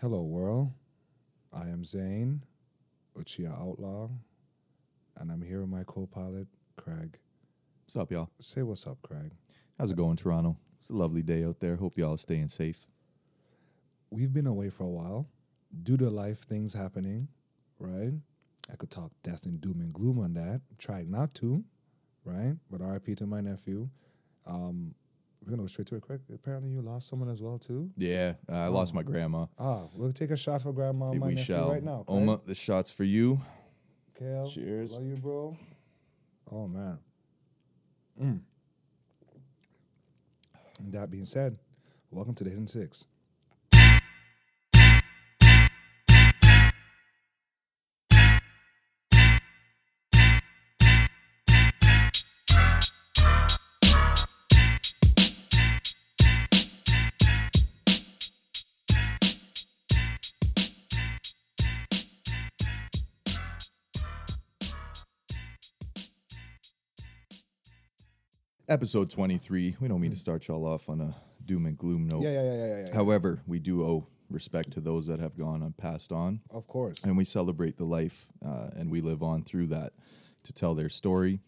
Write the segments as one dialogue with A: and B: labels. A: Hello, world. I am Zane, Uchiha Outlaw, and I'm here with my co pilot, Craig.
B: What's up, y'all?
A: Say what's up, Craig.
B: How's it going, Toronto? It's a lovely day out there. Hope y'all staying safe.
A: We've been away for a while due to life things happening, right? I could talk death and doom and gloom on that. Tried not to, right? But RIP to my nephew. Um, we're gonna go straight to it, Craig. Apparently, you lost someone as well too.
B: Yeah, I lost my grandma.
A: Ah, we'll take a shot for grandma and my
B: we
A: nephew
B: shall.
A: right now. Craig.
B: Oma, the shot's for you.
A: Kale,
B: Cheers.
A: Love you, bro. Oh man. Mm. And that being said, welcome to the Hidden Six.
B: Episode 23. We don't mean to start y'all off on a doom and gloom note.
A: Yeah, yeah, yeah, yeah, yeah, yeah.
B: However, we do owe respect to those that have gone and passed on,
A: Of course.
B: and we celebrate the life uh, and we live on through that to tell their story.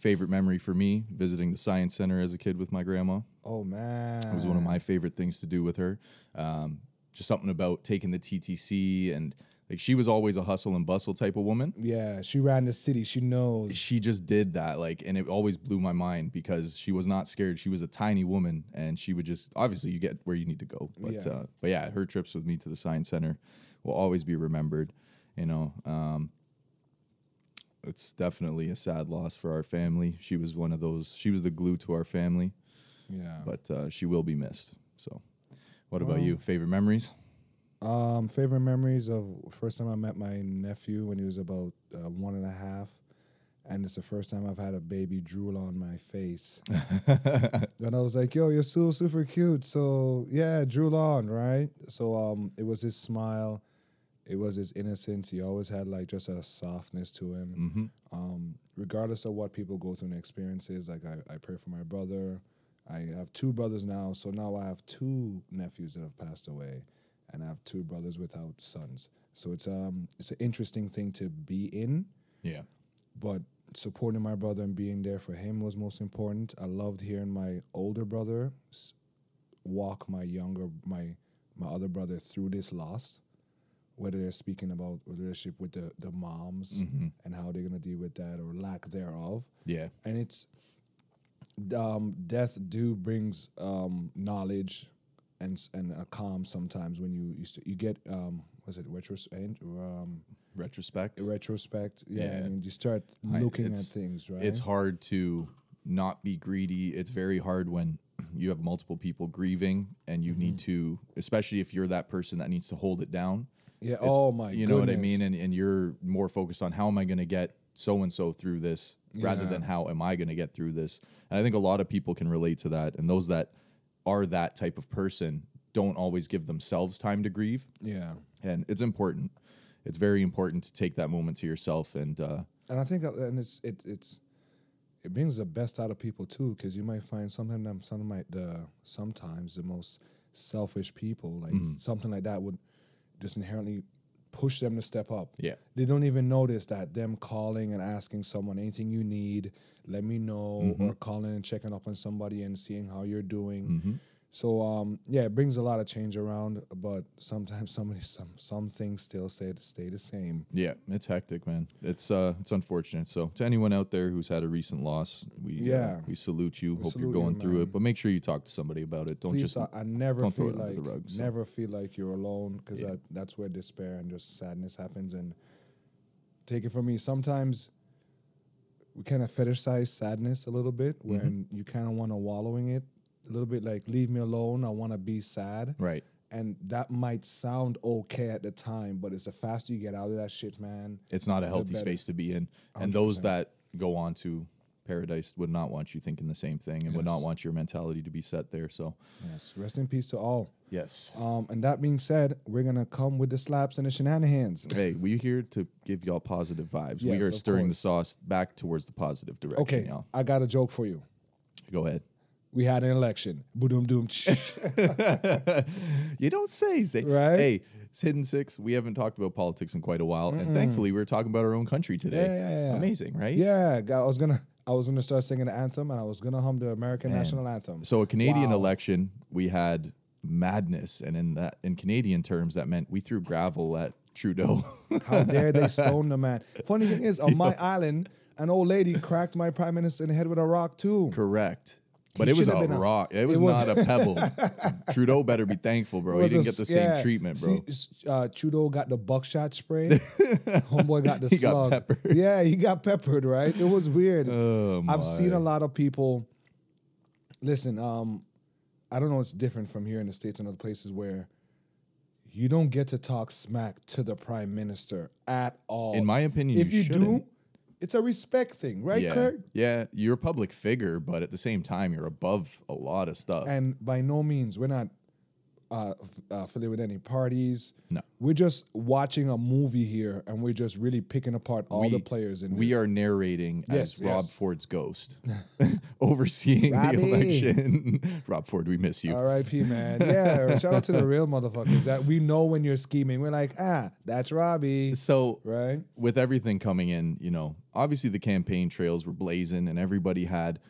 B: Favorite memory for me visiting the Science Center as a kid with my grandma.
A: Oh man.
B: It was one of my favorite things to do with her. Um, just something about taking the TTC and like she was always a hustle and bustle type of woman.
A: Yeah, she ran the city. She knows.
B: She just did that like, and it always blew my mind because she was not scared. She was a tiny woman, and she would just obviously you get where you need to go. But
A: Yeah.
B: Uh, but yeah, her trips with me to the science center will always be remembered. You know, um, it's definitely a sad loss for our family. She was one of those. She was the glue to our family
A: Yeah.
B: but uh, she will be missed. So, what about
A: Well-
B: you? Favorite memories?
A: Um, favorite memories of first time I met my nephew when he was about uh, one and a half, and it's the first time I've had a baby drool on my face. and I was like, "Yo, you're so super cute." So yeah, drool on, right? So um, it was his smile, it was his innocence. He always had like just a softness to him
B: Mm-hmm.
A: um, regardless of what people go through and experiences. Like I, I pray for my brother. I have two brothers now, so now I have two nephews that have passed away, and I have two brothers without sons. So it's um it's an interesting thing to be in,
B: Yeah,
A: but supporting my brother and being there for him was most important. I loved hearing my older brother s- walk my younger my my other brother through this loss, whether they're speaking about relationship with the the moms
B: Mhm.
A: and how they're gonna deal with that or lack thereof.
B: yeah,
A: And it's um, death do brings um, knowledge and s- and a calm sometimes when you used to you get um, was it retros and um,
B: retrospect.
A: retrospect yeah,
B: Yeah.
A: and you start
B: I-
A: looking at
B: it's-
A: things right
B: It's hard to not be greedy. It's very hard when you have multiple people grieving, and you need
A: Mm-hmm.
B: to, especially if you're that person that needs to hold it down.
A: yeah oh my
B: you know what I
A: goodness.
B: mean? And and you're more focused on how am I going to get so and so through this rather
A: Yeah.
B: than how am I going to get through this. And I think a lot of people can relate to that, and those that are that type of person don't always give themselves time to grieve.
A: yeah
B: and it's important. It's very important to take that moment to yourself and uh,
A: and I think uh, and it's it it's it brings the best out of people too because you might find sometimes them- some might the sometimes the most selfish people like
B: Mm-hmm.
A: something like that would just inherently push them to step up.
B: yeah,
A: They don't even notice that them calling and asking someone anything you need, let me know,
B: Mm-hmm.
A: or calling and checking up on somebody and seeing how you're doing.
B: Mm-hmm.
A: So um, yeah, it brings a lot of change around, but sometimes somebody some some things still stay stay the same.
B: yeah, it's hectic, man. It's uh, it's unfortunate. So to anyone out there who's had a recent loss, we uh,
A: Yeah.
B: we salute you. Hope you're
A: salute you,
B: going through
A: man.
B: it, but make sure you talk to somebody about it. Don't
A: Please
B: just
A: stop. I never
B: don't
A: feel
B: throw it
A: like
B: under the rug, so.
A: never feel like you're alone because
B: Yeah.
A: that that's where despair and just sadness happens. And take it from me, sometimes we kind of fetishize sadness a little bit,
B: Mm-hmm.
A: when you kind of want to wallow in it a little bit. Like leave me alone. I want to be sad.
B: right.
A: And that might sound okay at the time, but it's the faster you get out of that shit, man.
B: It's not a healthy
A: better.
B: space to be in, and those that go on to paradise would not want you thinking the same thing, and would not
A: Yes.
B: want your mentality to be set there. So
A: Yes. Rest in peace to all.
B: yes,
A: Um, and that being said, we're gonna come with the slaps and the shenanigans.
B: hey, we're here to give y'all positive vibes. we
A: Yes,
B: are
A: of
B: stirring
A: course.
B: the sauce back towards the positive direction,
A: Okay,
B: y'all.
A: I got a joke for you.
B: Go ahead.
A: we had an election. Boom, doom. tsh.
B: you don't say, say
A: Right?
B: hey it's hidden six we haven't talked about politics in quite a while and thankfully we are talking about our own country today
A: Yeah, yeah, yeah, yeah.
B: amazing right
A: yeah, God, I was gonna, I was gonna start singing the anthem, and I was gonna hum the American national anthem.
B: so a canadian
A: Wow.
B: election we had madness and in that in canadian terms that meant we threw gravel at trudeau
A: How dare they stone the man? Funny thing is, on my island, an old lady cracked my prime minister in the head with a rock too.
B: correct but
A: He
B: it was
A: should
B: a
A: have been a-
B: rock. It
A: it
B: was,
A: was-
B: not a pebble. Trudeau better be thankful, bro. He
A: Was a
B: didn't get the
A: s-
B: same
A: yeah.
B: treatment, bro.
A: See, s- uh, Trudeau got the buckshot spray. Homeboy got the
B: He got
A: slug.
B: peppered.
A: Yeah, he got peppered. Right? It was weird.
B: Oh, my.
A: I've seen a lot of people. Listen, um, I don't know. It's different from here in the states and other places where you don't get to talk smack to the prime minister at all.
B: In my opinion,
A: if you, do,
B: shouldn't.
A: it's a respect thing, right,
B: yeah.
A: Kirk?
B: Yeah, you're a public figure, but at the same time, you're above a lot of stuff.
A: And by no means, we're not uh, f- uh, affiliated with any parties.
B: No.
A: we're just watching a movie here, and we're just really picking apart all the players. In
B: we
A: this.
B: are narrating
A: Yes,
B: as Rob
A: yes.
B: Ford's ghost, overseeing
A: Robbie.
B: the election. Rob Ford, we miss you.
A: R.I.P. Man, yeah. shout out to the real motherfuckers that we know when you're scheming. We're like, ah, that's Robbie,
B: So
A: right?
B: with everything coming in, you know, obviously the campaign trails were blazing and everybody had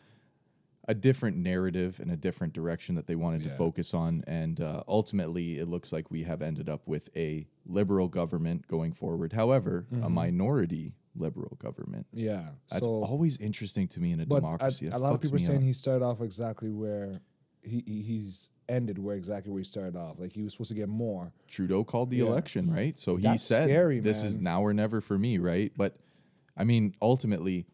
B: a different narrative and a different direction that they wanted to
A: Yeah.
B: focus on. And uh, ultimately, it looks like we have ended up with a liberal government going forward. However, a minority liberal government.
A: Yeah.
B: That's
A: Mm-hmm. so,
B: always interesting to me in a
A: but a,
B: democracy. That
A: a lot
B: fucks
A: of people are
B: me
A: saying
B: up.
A: he started off exactly where he, he he's ended where exactly where he started off. Like he was supposed to get more.
B: Trudeau called the
A: Yeah.
B: election, right? So he
A: That's
B: said,
A: scary,
B: "This is
A: man.
B: now or never for me," right? But I mean, ultimately,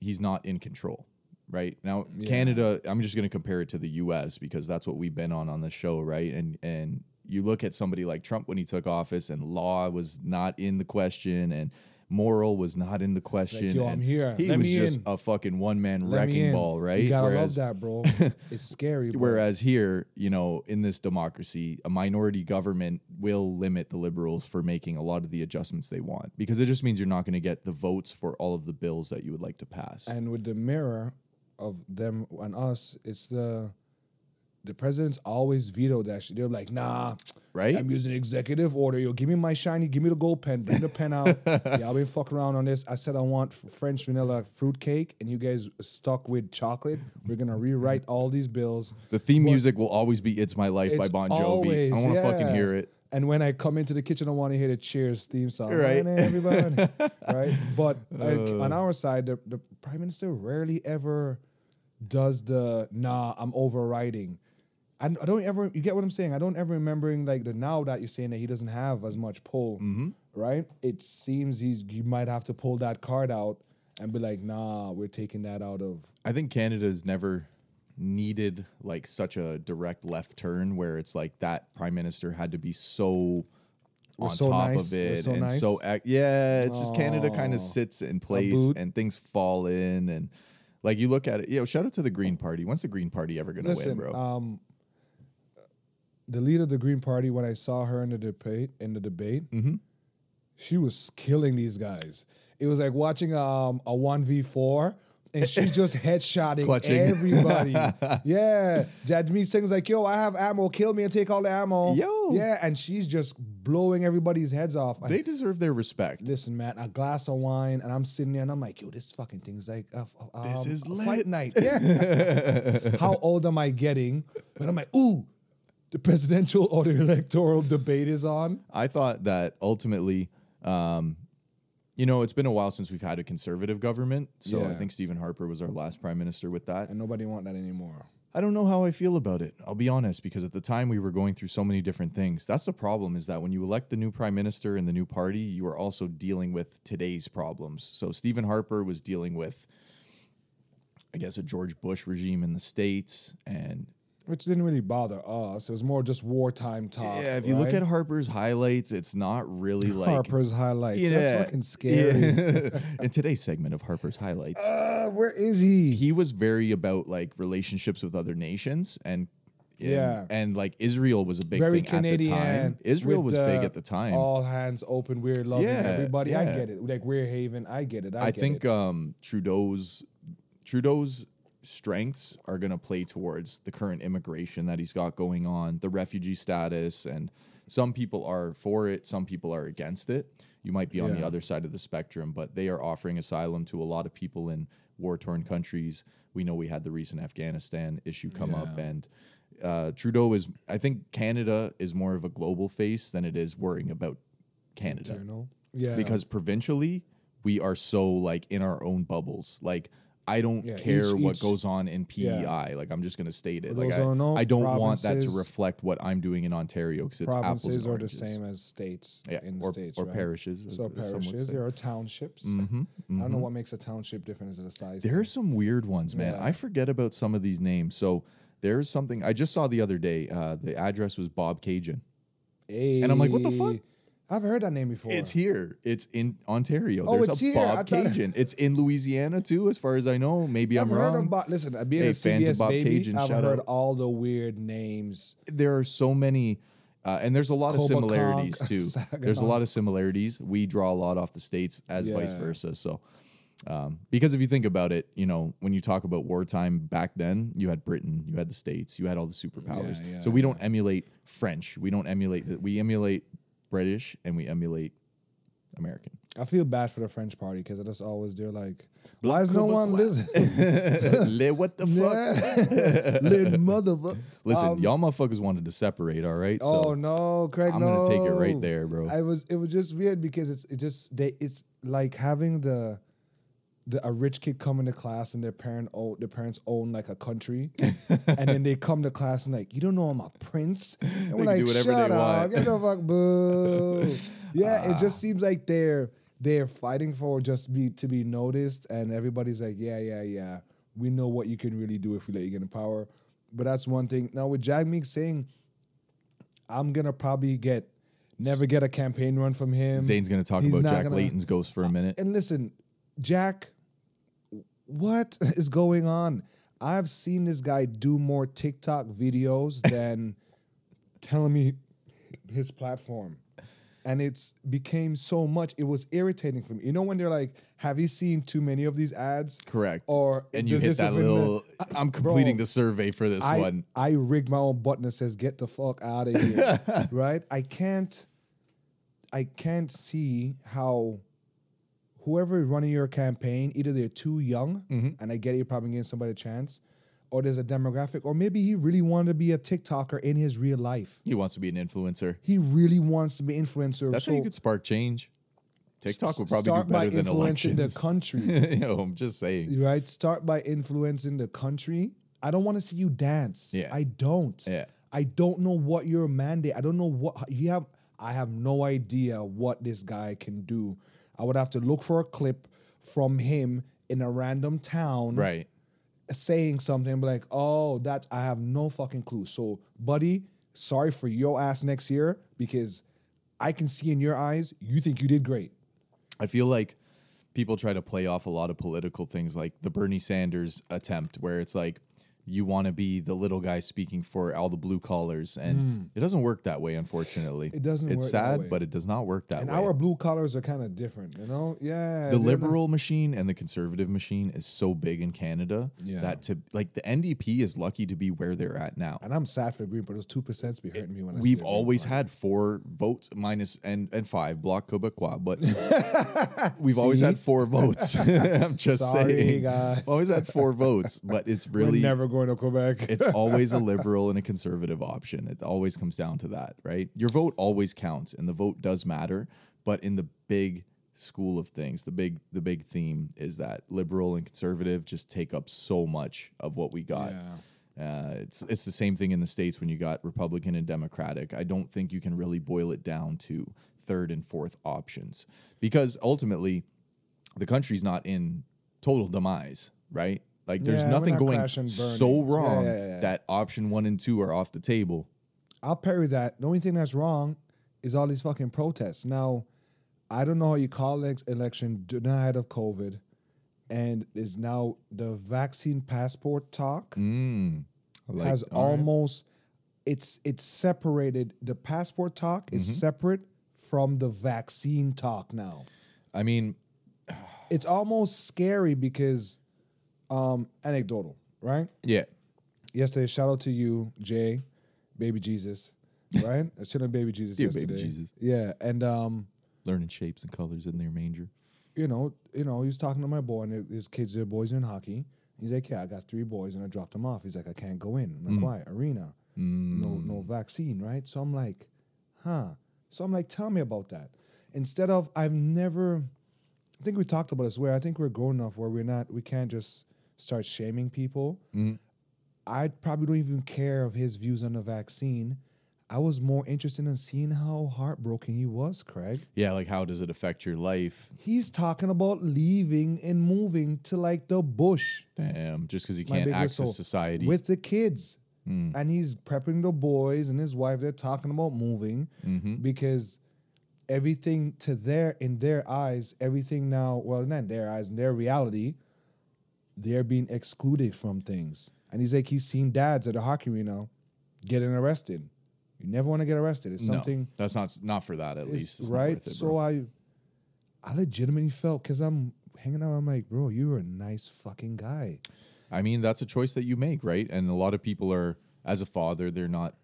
B: he's not in control, right? Now, Canada. I'm just going to compare it to the U.S. because that's what we've been on on the show, right? And and you look at somebody like Trump when he took office, and law was not in the question, and moral was not in the question.
A: "Yo, I'm
B: and
A: here.
B: He
A: Let
B: was
A: me
B: just
A: in.
B: a fucking one man
A: Let me
B: wrecking
A: in.
B: ball, right?
A: You gotta
B: Whereas-
A: love that, bro. it's scary. Bro.
B: Whereas here, you know, in this democracy, a minority government will limit the liberals for making a lot of the adjustments they want because it just means you're not going to get the votes for all of the bills that you would like to pass.
A: and with the mirror of them and us, it's the the presidents always vetoed that shit. They're like, nah,
B: Right?
A: I'm using executive order. Yo, give me my shiny, give me the gold pen, bring the pen out. Y'all been fucking around on this. I said I want f- French vanilla fruitcake, and you guys stuck with chocolate. We're gonna rewrite all these bills.
B: the theme music will always be "It's My Life" by
A: It's
B: Bon Jovi. I want to
A: yeah.
B: fucking hear it.
A: And when I come into the kitchen, I want to hear the Cheers theme song.
B: Right. Uh.
A: Right, everybody. right. But like, on our side, the, the prime minister rarely ever does the "Nah, I'm overriding." I, I don't ever. You get what I'm saying? I don't ever remembering like the now that you're saying that he doesn't have as much pull.
B: Mm-hmm.
A: Right. It seems he's you might have to pull that card out and be like, "Nah, we're taking that out of."
B: I think Canada's never needed like such a direct left turn where it's like that prime minister had to be so
A: We're
B: on
A: so
B: top
A: nice,
B: of
A: we're
B: it
A: so
B: and
A: nice.
B: so ac- yeah it's just Canada kind
A: Aw.
B: of sits in place
A: boot.
B: and things fall in and like you look at it you know shout out to the Green Party when's the Green Party ever gonna win
A: Listen,
B: bro
A: um, the leader of the Green Party, when I saw her in the debate, in the debate,
B: Mm-hmm.
A: she was killing these guys. It was like watching um, a one v four. And she's just headshotting
B: Clutching.
A: everybody. yeah. Jadmi Singh's like, yo, I have ammo. Kill me and take all the ammo.
B: Yo.
A: Yeah. And she's just blowing everybody's heads off. I-
B: they deserve their respect
A: listen, man, a glass of wine. And I'm sitting there and I'm like, yo, this fucking thing's like, uh, f- um,
B: This is
A: a
B: lit.
A: fight night. Yeah how old am I getting? But I'm like, ooh, the presidential or the electoral debate is on.
B: I thought that ultimately, um, you know, it's been a while since we've had a conservative government. So I
A: Yeah.
B: think Stephen Harper was our last prime minister with that.
A: And nobody want that anymore.
B: I don't know how I feel about it. I'll be honest, because at the time we were going through so many different things. That's the problem is that when you elect the new prime minister and the new party, you are also dealing with today's problems. So Stephen Harper was dealing with, I guess, a George Bush regime in the States. And
A: Which didn't really bother us. It was more just wartime talk.
B: yeah, if you look
A: right?
B: at Harper's highlights, it's not really like.
A: Harper's highlights,
B: Yeah.
A: that's fucking scary.
B: Yeah. in today's segment of Harper's Highlights,
A: Uh, where is he?
B: he was very about like relationships with other nations and and-
A: Yeah.
B: and like Israel was a big
A: Very
B: thing
A: Canadian.
B: at the time. Israel
A: with
B: was
A: the
B: big at the time.
A: All hands open, we're loving
B: Yeah,
A: everybody. I
B: yeah.
A: get it. Like we're Haven, I get it. I,
B: I
A: get
B: think
A: it.
B: um Trudeau's Trudeau's strengths are going to play towards the current immigration that he's got going on, the refugee status, and some people are for it, some people are against it. You might be on the
A: Yeah.
B: other side of the spectrum, but they are offering asylum to a lot of people in war torn countries. We know we had the recent Afghanistan issue come up,
A: Yeah.
B: and uh, Trudeau is, I think Canada is more of a global face than it is worrying about Canada
A: Internal. Yeah.
B: because provincially we are so like in our own bubbles like i don't
A: Yeah,
B: care
A: each-
B: what
A: each-
B: goes on in pei
A: yeah.
B: like i'm just going to state it
A: What
B: like
A: goes
B: I,
A: on in all
B: I don't want that to
A: provinces-
B: reflect what i'm doing in ontario because it's apples
A: provinces
B: and
A: are the
B: oranges.
A: same as states
B: yeah
A: in the
B: or,
A: states,
B: or
A: right?
B: parishes
A: So
B: as some would
A: parishes,
B: say.
A: there are townships. I
B: Mhm,
A: don't know
B: mhm.
A: what makes a township different. Is it a size?
B: There are some weird ones, man.
A: Yeah.
B: I forget about some of these names. So there's something I just saw the other day. Uh, the address was Bob Cajun.
A: thing?
B: and I'm like, what the fuck?
A: Hey, I've heard that name before.
B: It's here. It's in Ontario.
A: Oh,
B: There's
A: it's
B: a
A: here. I
B: Bob
A: thought-
B: Cajun. It's in Louisiana too, as far as I know. Maybe
A: I've
B: am
A: heard
B: wrong.
A: of Bob. Listen, uh, being
B: Hey,
A: a
B: fans of
A: CBS
B: Bob
A: baby,
B: Cajun,
A: I've
B: shout
A: heard
B: out.
A: all the weird names.
B: there are so many uh, and there's a lot of
A: Cobra
B: similarities
A: Kong,
B: too there's a
A: Saginaw.
B: lot of similarities we draw a lot off the states as vice
A: Yeah.
B: versa so um, because if you think about it you know when you talk about wartime back then you had britain you had the states you had all the superpowers
A: Yeah, yeah,
B: so we don't emulate french we don't emulate we emulate british and we emulate american
A: I feel bad for the French party because I just always they're like, why is no one listening?
B: Le- what the fuck
A: Little motherfucker.
B: listen
A: Um,
B: y'all motherfuckers wanted to separate all right
A: Oh
B: so
A: no, Craig!
B: i'm gonna take it right
A: no.
B: there bro
A: I was it was just weird because it's it just they it's like having the the a rich kid come into class and their parent own their parents own like a country and then they come to class and like you don't know I'm a prince and we're
B: They can
A: like
B: do whatever
A: shut
B: they
A: up
B: want." Ah.
A: get the fuck boo yeah it just seems like they're they're fighting for just be to be noticed and everybody's like yeah yeah yeah we know what you can really do if we let you get in power but that's one thing now with Jagmeet saying I'm gonna probably get never get a campaign run from him.
B: Zane's going to talk
A: He's
B: about
A: not
B: Jack
A: gonna-
B: Layton's ghost for a minute.
A: And listen, Jack, what is going on? I've seen this guy do more TikTok videos than telling me his platform. And it's became so much, it was irritating for me. You know when they're like, have you seen too many of these ads?
B: Correct.
A: Or
B: and you
A: does
B: hit
A: this
B: that
A: offend the-
B: little. I- I'm completing the survey for this
A: I,
B: one.
A: I rigged my own button that says "Get the fuck out of here," right? I can't, I can't see how whoever is running your campaign either they're too young,
B: Mm-hmm.
A: and I get it, you're probably giving somebody a chance, or there's a demographic, or maybe he really wanted to be a TikToker in his real life.
B: He wants to be an influencer.
A: He really wants to be an influencer.
B: That's
A: so
B: how you could spark change. TikTok would probably
A: start
B: do better
A: by
B: than
A: influencing
B: elections.
A: the country.
B: you know, I'm just saying.
A: right? Start by influencing the country. I don't want to see you dance.
B: Yeah.
A: I don't.
B: Yeah.
A: I don't know what your mandate. I don't know what you have. I have no idea what this guy can do. I would have to look for a clip from him in a random town
B: Right.
A: saying something be like, oh, that I have no fucking clue. So, buddy, sorry for your ass next year because I can see in your eyes you think you did great.
B: I feel like people try to play off a lot of political things like the Bernie Sanders attempt where it's like you want to be the little guy speaking for all the blue collars and it doesn't work that way unfortunately.
A: Hmm. It doesn't
B: It's
A: work that
B: sad
A: way.
B: but it does not work that
A: And
B: way.
A: our blue collars are kind of different, you know? Yeah.
B: the
A: they're not-
B: liberal machine and the conservative machine is so big in Canada
A: Yeah.
B: that to like the NDP is lucky to be where they're at now.
A: And I'm sad for the Green Party. Those two percents be hurting me when I see
B: We've
A: the Green
B: always
A: Party.
B: had four votes minus and and five block Quebecois, but we've always
A: See?
B: had four votes. I'm just
A: Sorry,
B: saying,
A: guys.
B: We've always had four votes, but it's really
A: We're never going to Quebec.
B: it's always a liberal and a conservative option. It always comes down to that, right? Your vote always counts and the vote does matter, but in the big school of things, the big the big theme is that liberal and conservative just take up so much of what we got.
A: Yeah.
B: Uh, it's it's the same thing in the states when you got Republican and Democratic. I don't think you can really boil it down to third and fourth options because ultimately the country's not in total demise, right? Like there's
A: Yeah, we're
B: nothing
A: not
B: going
A: crashing,
B: so
A: burning. Yeah,
B: wrong
A: yeah, yeah.
B: that option one and two are off the table.
A: I'll parry that. The only thing that's wrong is all these fucking protests. Now, I don't know how you call an election denied of COVID, and is now the vaccine passport talk
B: Mm. Like,
A: has
B: all right.
A: almost it's it's separated. The passport talk
B: Mm-hmm.
A: is separate from the vaccine talk now.
B: I mean,
A: it's almost scary because um anecdotal right?
B: Yeah.
A: Yesterday, shout out to you, Jay, baby Jesus, right? I was chilling with baby Jesus
B: Dear baby
A: yesterday.
B: Jesus.
A: Yeah, and um,
B: Learning shapes and colors in their manger.
A: you know, you know, he was talking to my boy, and his kids, their boys are in hockey. He's like, yeah, I got three boys, and I dropped them off. He's like, I can't go in. I'm like,
B: Mm.
A: why? Arena, no, no vaccine, right? So I'm like, huh? So I'm like, tell me about that. Instead of, I've never, I think we talked about this. Where I think we're grown enough where we're not, we can't just start shaming people. I probably don't even care of his views on the vaccine. I was more interested in seeing how heartbroken he was, Craig
B: Yeah, like how does it affect your life?
A: he's talking about leaving and moving to like the bush
B: Damn, just because you
A: My
B: can't
A: big
B: access
A: whistle.
B: society.
A: with the kids
B: Hmm.
A: and he's prepping the boys and his wife they're talking about moving
B: Mm-hmm.
A: because everything to their in their eyes everything now well not in their eyes in their reality they're being excluded from things and he's like he's seen dads at a hockey arena getting arrested you never want to get arrested it's something
B: no, that's not not for that. At
A: It's-
B: least, it's not
A: right?
B: worth it,
A: so
B: bro.
A: I, I legitimately felt because I'm hanging out. I'm like, bro, you were a nice fucking guy.
B: I mean, that's a choice that you make, right? And a lot of people are, as a father, they're not,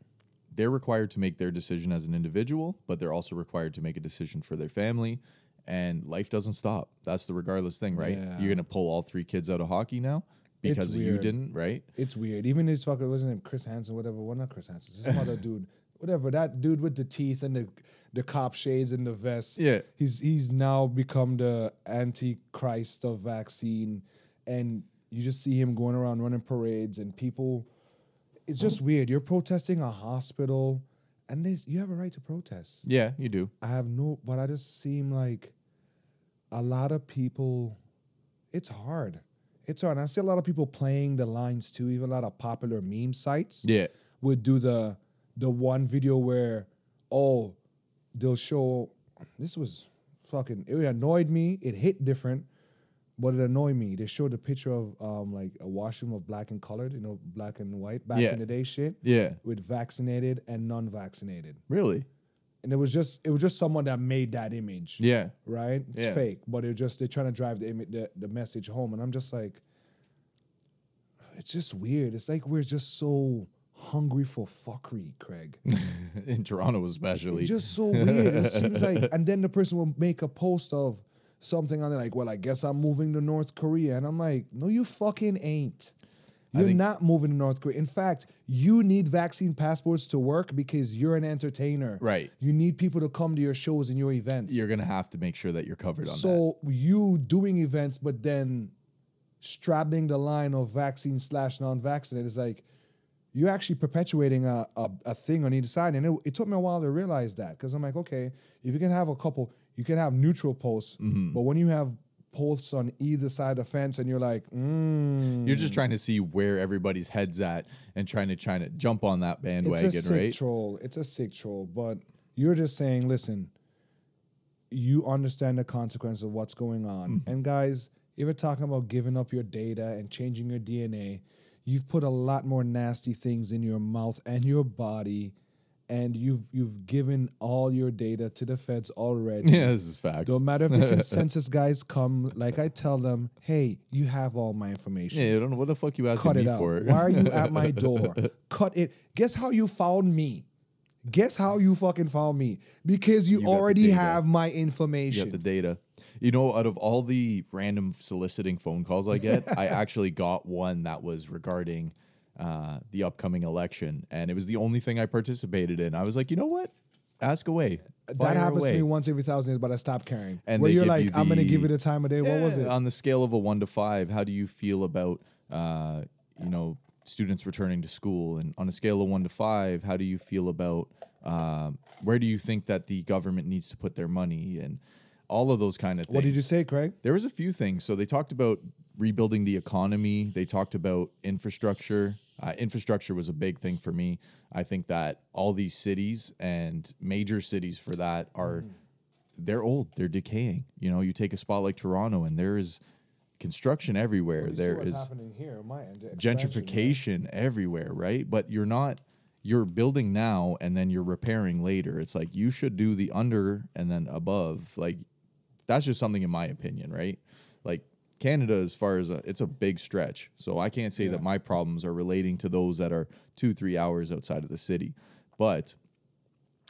B: they're required to make their decision as an individual, but they're also required to make a decision for their family. And life doesn't stop. That's the regardless thing, right?
A: Yeah.
B: You're gonna pull all three kids out of hockey now because you
A: weird.
B: didn't, right?
A: It's weird. Even his fucking what's his name, Chris Hansen, whatever. Well, not Chris Hansen. This other dude, whatever. That dude with the teeth and the the cop shades and the vest.
B: Yeah.
A: he's he's now become the antichrist of vaccine, and you just see him going around running parades and people. It's just weird. You're protesting a hospital, and this you have a right to protest.
B: Yeah, you do.
A: I have no, but I just seem like a lot of people. It's hard. It's hard. And I see a lot of people playing the lines too. Even a lot of popular meme sites
B: Yeah,
A: would do the the one video where oh they'll show this was fucking it annoyed me. It hit different, but it annoyed me. They showed a picture of um like a washroom of black and colored, you know, black and white back
B: Yeah.
A: in the day shit
B: yeah,
A: with vaccinated and non-vaccinated
B: really,
A: and it was just it was just someone that made that image.
B: yeah.
A: Right? It's
B: Yeah.
A: fake, but they're just they're trying to drive the, image, the the message home, and I'm just like, it's just weird. It's like we're just so hungry for fuckery, Craig.
B: In Toronto,
A: It's
B: especially.
A: just so weird. It seems like, and then the person will make a post of something on there like, "Well, I guess I'm moving to North Korea," and I'm like, "No, you fucking ain't." You're
B: think-
A: not moving to North Korea. In fact, you need vaccine passports to work because you're an entertainer.
B: Right.
A: You need people to come to your shows and your events.
B: You're gonna have to make sure that you're covered on that.
A: so you doing events, but then straddling the line of vaccine slash non-vaccinated is like you're actually perpetuating a, a, a thing on either side. And it, it took me a while to realize that because I'm like, okay, if you can have a couple, you can have neutral posts,
B: Mm-hmm.
A: but when you have posts on either side of the fence and you're like, mm,
B: You're just trying to see where everybody's heads at and trying to trying to jump on that bandwagon,
A: It's a sick
B: right?
A: troll. It's a sick troll. But you're just saying, listen, you understand the consequence of what's going on.
B: Mm-hmm.
A: And guys, if you're talking about giving up your data and changing your DNA, you've put a lot more nasty things in your mouth and your body, and you've you've given all your data to the feds already.
B: yeah, this is facts.
A: No matter if the consensus guys come, like I tell them, hey, you have all my information.
B: Yeah, I don't know what the fuck you asking
A: Cut
B: me
A: it out.
B: for.
A: Why are you at my door? Cut it. Guess how you found me? Guess how you fucking found me? Because you,
B: You got the
A: already
B: data.
A: have my
B: you got the
A: information.
B: data. You know, out of all the random soliciting phone calls I get, I actually got one that was regarding uh, the upcoming election, and it was the only thing I participated in. I was like, you know what? Ask away.
A: that
B: Fire
A: happens
B: away.
A: to me once every thousand years, but I stop caring.
B: And
A: Where
B: they
A: you're
B: give
A: like,
B: you
A: I'm gonna give you
B: the-
A: the time of day. What was
B: Yeah,
A: it?
B: On the scale of a one to five, how do you feel about, uh, you know, students returning to school? And on a scale of one to five, how do you feel about um, where do you think that the government needs to put their money and all of those kind of things?
A: what did you say, Craig?
B: There was a few things. So they talked about rebuilding the economy. They talked about infrastructure. Uh, infrastructure was a big thing for me. I think that all these cities and major cities for that are they're old. They're decaying. You know, you take a spot like Toronto, and there is construction everywhere. There is
A: happening here. My end.
B: gentrification everywhere, right? But you're not you're building now and then you're repairing later. It's like you should do the under and then above. Like that's just something in my opinion, right? Like Canada, as far as a, it's a big stretch, so I can't say
A: Yeah.
B: that my problems are relating to those that are two, three hours outside of the city. But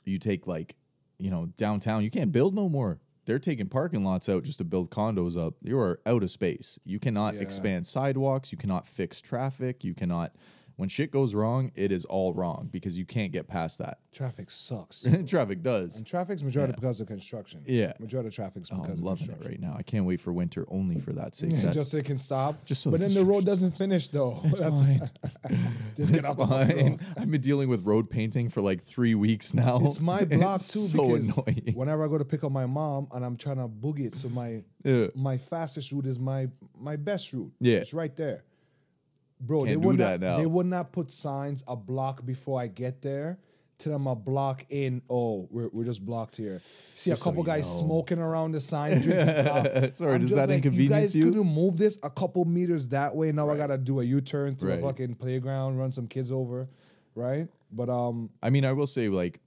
B: you take like, you know, downtown, you can't build no more. They're taking parking lots out just to build condos up. You are out of space. You cannot
A: Yeah.
B: expand sidewalks. You cannot fix traffic. You cannot. When shit goes wrong, it is all wrong because you can't get past that.
A: Traffic sucks.
B: Traffic does.
A: and traffic's majority because of construction.
B: Yeah.
A: Majority of traffic's
B: Oh,
A: because
B: I'm
A: of
B: loving
A: construction.
B: it right now. I can't wait for winter only for that sake. That,
A: just so it can stop.
B: Just so
A: but
B: the
A: then the road
B: construction's-
A: doesn't finish though.
B: it's fine.
A: just get
B: It's
A: off the fucking road.
B: fine. I've been dealing with road painting for like three weeks now.
A: It's my block
B: It's
A: too
B: So
A: because
B: annoying.
A: whenever I go to pick up my mom and I'm trying to boogie it, so my
B: Yeah.
A: my fastest route is my my best route.
B: Yeah.
A: it's right there, bro. they
B: Can't
A: would
B: do
A: not.
B: that now.
A: They would not put signs a block before I get there. Till I'm a block in. Oh, we're, we're just blocked here. See
B: Just
A: a
B: so
A: couple
B: you
A: guys
B: know.
A: smoking around the sign. drinking coffee.
B: Sorry,
A: I'm
B: does
A: just
B: that
A: You
B: inconvenience
A: guys
B: you?
A: couldn't move this a couple meters that way. Now I
B: Right.
A: gotta do a U-turn through
B: Right.
A: a fucking playground, run some kids over, right? But um,
B: I mean, I will say like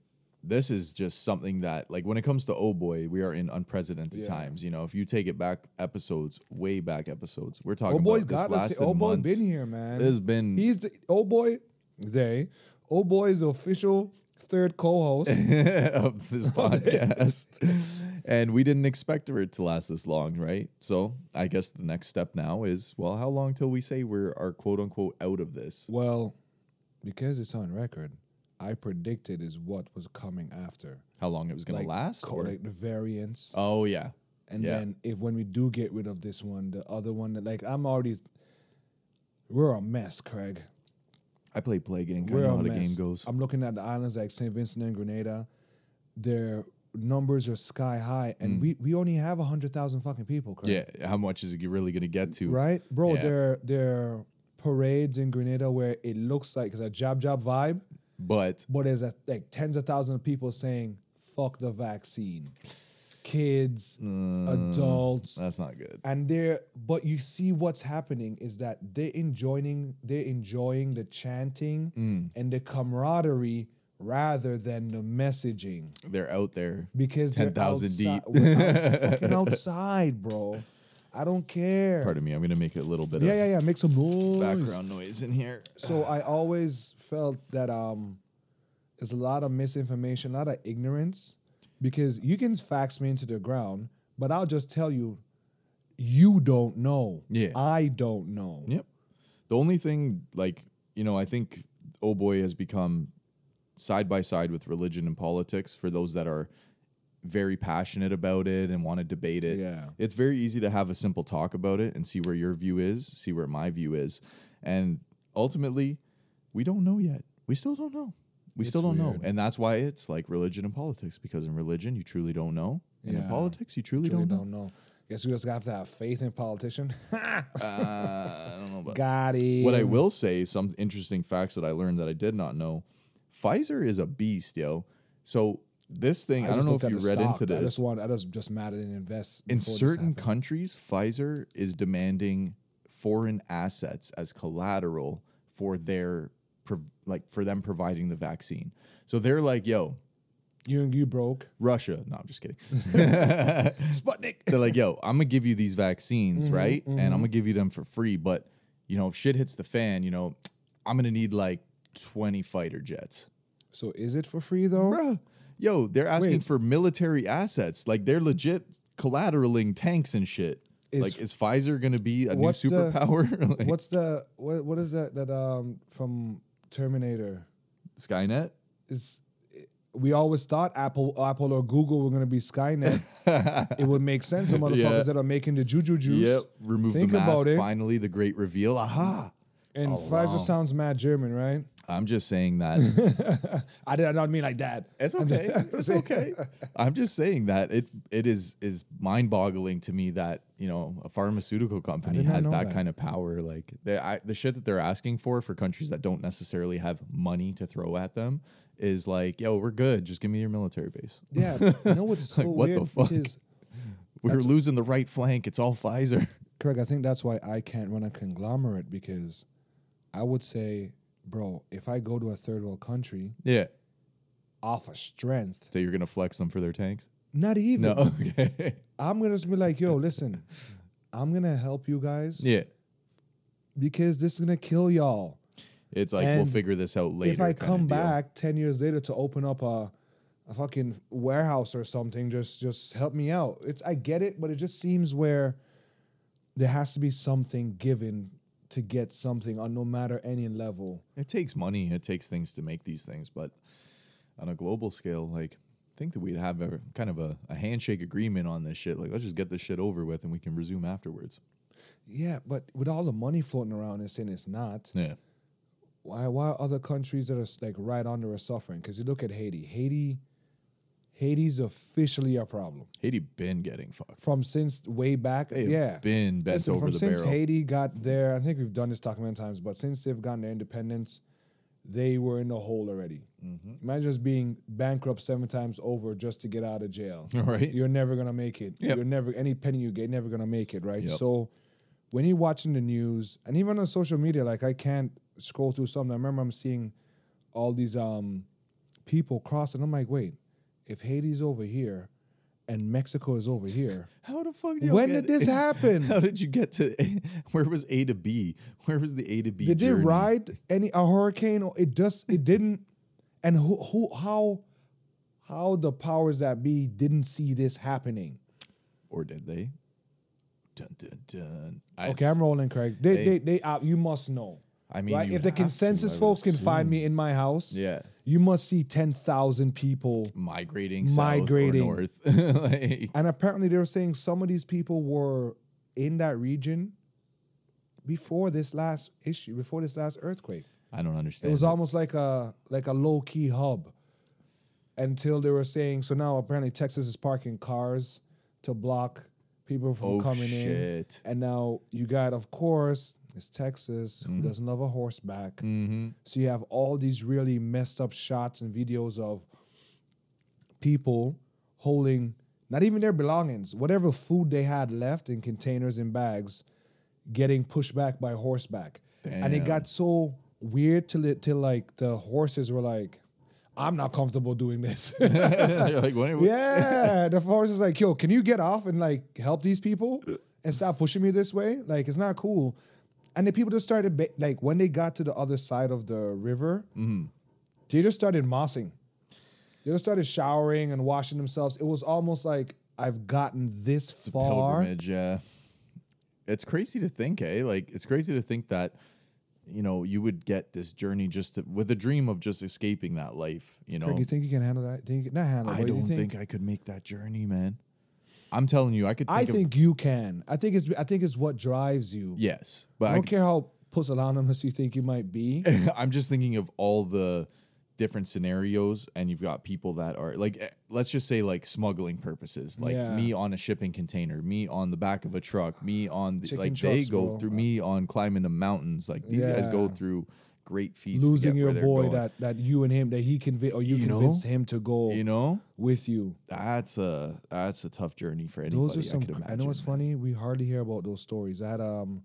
B: this is just something that like when it comes to oh boy, we are in unprecedented
A: Yeah.
B: times. You know, if you take it back episodes, way back episodes, we're talking
A: Oh boy,
B: about this
A: God, let's
B: lasted
A: say, oh boy,
B: months.
A: been here, man.
B: This has been
A: He's the oh boy, they, oh boy is the official third co-host.
B: of this podcast. and we didn't expect for it to last this long, right? So I guess the next step now is well, how long till we say we're are quote unquote out of this?
A: well, because it's on record, I predicted is what was coming after.
B: How long it was gonna
A: Like,
B: last?
A: co-
B: or-
A: like the variants,
B: oh yeah.
A: and
B: yeah.
A: then if when we do get rid of this one, the other one that like I'm already, we're a mess, Craig.
B: I play play game, kinda
A: We're
B: know
A: a
B: how the
A: mess.
B: game goes.
A: I'm looking at the islands like St. Vincent and Grenada. Their numbers are sky high,
B: Mm.
A: and we, we only have hundred thousand fucking people, Craig.
B: yeah, how much is it really gonna get to?
A: right, bro?
B: Yeah.
A: There there are parades in Grenada where it looks like it's a job job vibe,
B: But
A: but there's a, like tens of thousands of people saying "fuck the vaccine," kids,
B: Mm.
A: adults,
B: that's not good.
A: and they're but you see what's happening is that they're enjoying they're enjoying the chanting
B: Mm.
A: and the camaraderie rather than the messaging
B: They're out there.
A: because they're
B: 10,000
A: outside-
B: deep.
A: we're out- fucking outside, bro. I don't care.
B: Pardon me, I'm gonna make a little bit
A: Yeah,
B: of
A: yeah, yeah. Make some noise.
B: background noise in here.
A: So I always felt that um, there's a lot of misinformation, a lot of ignorance, because you can fax me into the ground, but I'll just tell you, you don't know.
B: Yeah.
A: I don't know.
B: Yep. The only thing, like, you know, I think Oh Boy has become side by side with religion and politics for those that are very passionate about it and want to debate it.
A: Yeah.
B: It's very easy to have a simple talk about it and see where your view is, see where my view is. And ultimately, we don't know yet. We still don't know. We
A: It's
B: still don't know.
A: weird.
B: And that's why it's like religion and politics, because in religion, you truly don't know. And in
A: Yeah.
B: politics, you truly,
A: Truly
B: don't,
A: don't know. Guess we just have to have faith in politician.
B: know. Uh, I don't know about
A: Got it.
B: What I will say, some interesting facts that I learned that I did not know. Pfizer is a beast, yo. So this thing, I,
A: just
B: don't know
A: looked
B: if
A: at
B: you
A: the
B: read
A: stock.
B: into
A: I just
B: this.
A: want. I just just mad and invest
B: In
A: before this
B: certain
A: happened.
B: countries, Pfizer is demanding foreign assets as collateral for their pro- like for them providing the vaccine. So they're like, yo,
A: you you broke
B: Russia. No, I'm just kidding.
A: Sputnik.
B: They're like, yo, I'm gonna give you these vaccines,
A: Mm-hmm,
B: right? And I'm gonna give you them for free. But you know, if shit hits the fan, you know, I'm gonna need like 20 fighter jets.
A: So is it for free though?
B: Bruh. Yo, they're asking
A: Wait.
B: for military assets. Like they're legit collateraling tanks and shit.
A: Is-
B: like, is Pfizer gonna be a new
A: What's the-
B: superpower? like,
A: What's the what? What is that that um from Terminator?
B: Skynet?
A: Is eh, we always thought Apple, Apple or Google were gonna be Skynet. it would make sense. The motherfuckers
B: Yeah.
A: that are making the juju juice.
B: Yep. Remove
A: Think
B: the mask.
A: about it.
B: Finally, the great reveal. Aha.
A: And
B: Oh,
A: Pfizer
B: wow.
A: sounds mad German, right?
B: I'm just saying that
A: I did not mean like that.
B: It's okay. It's okay. I'm just saying that it it is is mind boggling to me that you know a pharmaceutical company
A: did not
B: has
A: know
B: that,
A: that.
B: kind of power. Like they, I, the shit that they're asking for for countries that don't necessarily have money to throw at them is like, yo, we're good. Just give me your military base.
A: Yeah. You know what's so
B: Like, what the
A: weird?
B: fuck?
A: Because
B: We're losing the right flank. It's all Pfizer.
A: Craig, I think that's why I can't run a conglomerate because I would say, bro, if I go to a third world country
B: yeah.
A: off of strength,
B: So you're gonna flex them for their tanks?
A: not even.
B: No. Okay.
A: I'm gonna just be like, yo, listen, I'm gonna help you guys
B: Yeah.
A: because this is gonna kill y'all.
B: It's like we'll
A: And
B: figure this out later.
A: if I
B: kinda
A: come
B: deal.
A: back ten years later to open up a a fucking warehouse or something, just just help me out. It's I get it, but it just seems where there has to be something given to get something on no matter any level.
B: it takes money. It takes things to make these things, but on a global scale, like I think that we'd have a kind of a, a handshake agreement on this shit. Like let's just get this shit over with, and we can resume afterwards.
A: Yeah, but with all the money floating around and saying it's not,
B: Yeah.
A: why why are other countries that are s- like right under us suffering? Because you look at Haiti, Haiti, Haiti's officially a problem
B: Haiti been getting fucked.
A: from since way back.
B: They've
A: yeah,
B: been bent
A: Listen,
B: over
A: from
B: the
A: since
B: barrel.
A: Haiti got there, I think we've done this talk many times, but since they've gotten their independence, they were in the hole already.
B: Mm-hmm.
A: Imagine just being bankrupt seven times over just to get out of jail.
B: Right.
A: You're never gonna make it.
B: Yep.
A: You're never any penny you get, never gonna make it, right?
B: Yep.
A: So when you're watching the news and even on social media, like I can't scroll through something. I remember I'm seeing all these um people crossing. I'm like, wait, if Haiti's over here and Mexico is over here,
B: How the fuck? Did y'all
A: when did
B: get-
A: this happen?
B: How did you get to? Where was A to B? Where was the A to B?
A: Did they
B: journey?
A: ride any a hurricane? Or it just it didn't. And who who how how the powers that be didn't see this happening?
B: or did they? Dun dun dun. I,
A: okay, I'm rolling, Craig. They
B: Hey.
A: they they out. You must know.
B: I mean,
A: right?
B: you'd
A: If the
B: have to,
A: consensus
B: I would
A: folks can find
B: assume.
A: me in my house,
B: yeah,
A: you must see ten thousand people.
B: migrating,
A: Migrating.
B: migrating south or north. like,
A: And apparently, they were saying some of these people were in that region before this last issue, before this last earthquake.
B: I don't
A: It
B: understand.
A: was almost like a like a low key hub until they were saying so now apparently Texas is parking cars to block people from
B: oh,
A: coming in.
B: shit.
A: And now you got of course it's Texas who doesn't love a horseback.
B: Mm-hmm.
A: So you have all these really messed up shots and videos of people holding not even their belongings, whatever food they had left in containers and bags, getting pushed back by horseback. And it
B: Damn.
A: got so weird till it till like the horses were like, I'm not comfortable doing this.
B: like, when it-
A: yeah. The horse is like, yo, can you get off and like help these people and stop pushing me this way? Like, it's not cool. And the people just started, ba- like, when they got to the other side of the river,
B: Mm-hmm.
A: they just started mossing. They just started showering and washing themselves. It was almost like, I've gotten this
B: It's a
A: far.
B: pilgrimage. Yeah, it's crazy to think, eh? Like it's crazy to think that you know you would get this journey just to, with a dream of just escaping that life. You know,
A: Craig, you think you can handle that? Think you can, not handle.
B: I
A: but you
B: don't think I could make that journey, man. I'm telling you, I could. Think
A: I
B: of,
A: think you can. I think it's. I think it's what drives you.
B: yes, but
A: I
B: I
A: don't care how pusillanimous you think you might be.
B: I'm just thinking of all the different scenarios and you've got people that are like eh, let's just say like smuggling purposes like
A: Yeah.
B: me on a shipping container me on the back of a truck me on the,
A: Chicken
B: like they
A: trucks,
B: go
A: bro.
B: through me on climbing the mountains like these guys go
A: Yeah.
B: through great feats to
A: losing
B: get
A: your
B: where they're
A: boy
B: going.
A: that that you and him that he convinced or you,
B: You know?
A: convinced him to go
B: you know
A: with you.
B: that's a that's a tough journey for anybody
A: Those are some.
B: I could
A: cr-
B: imagine
A: I know it's funny. We hardly hear about those stories. I had um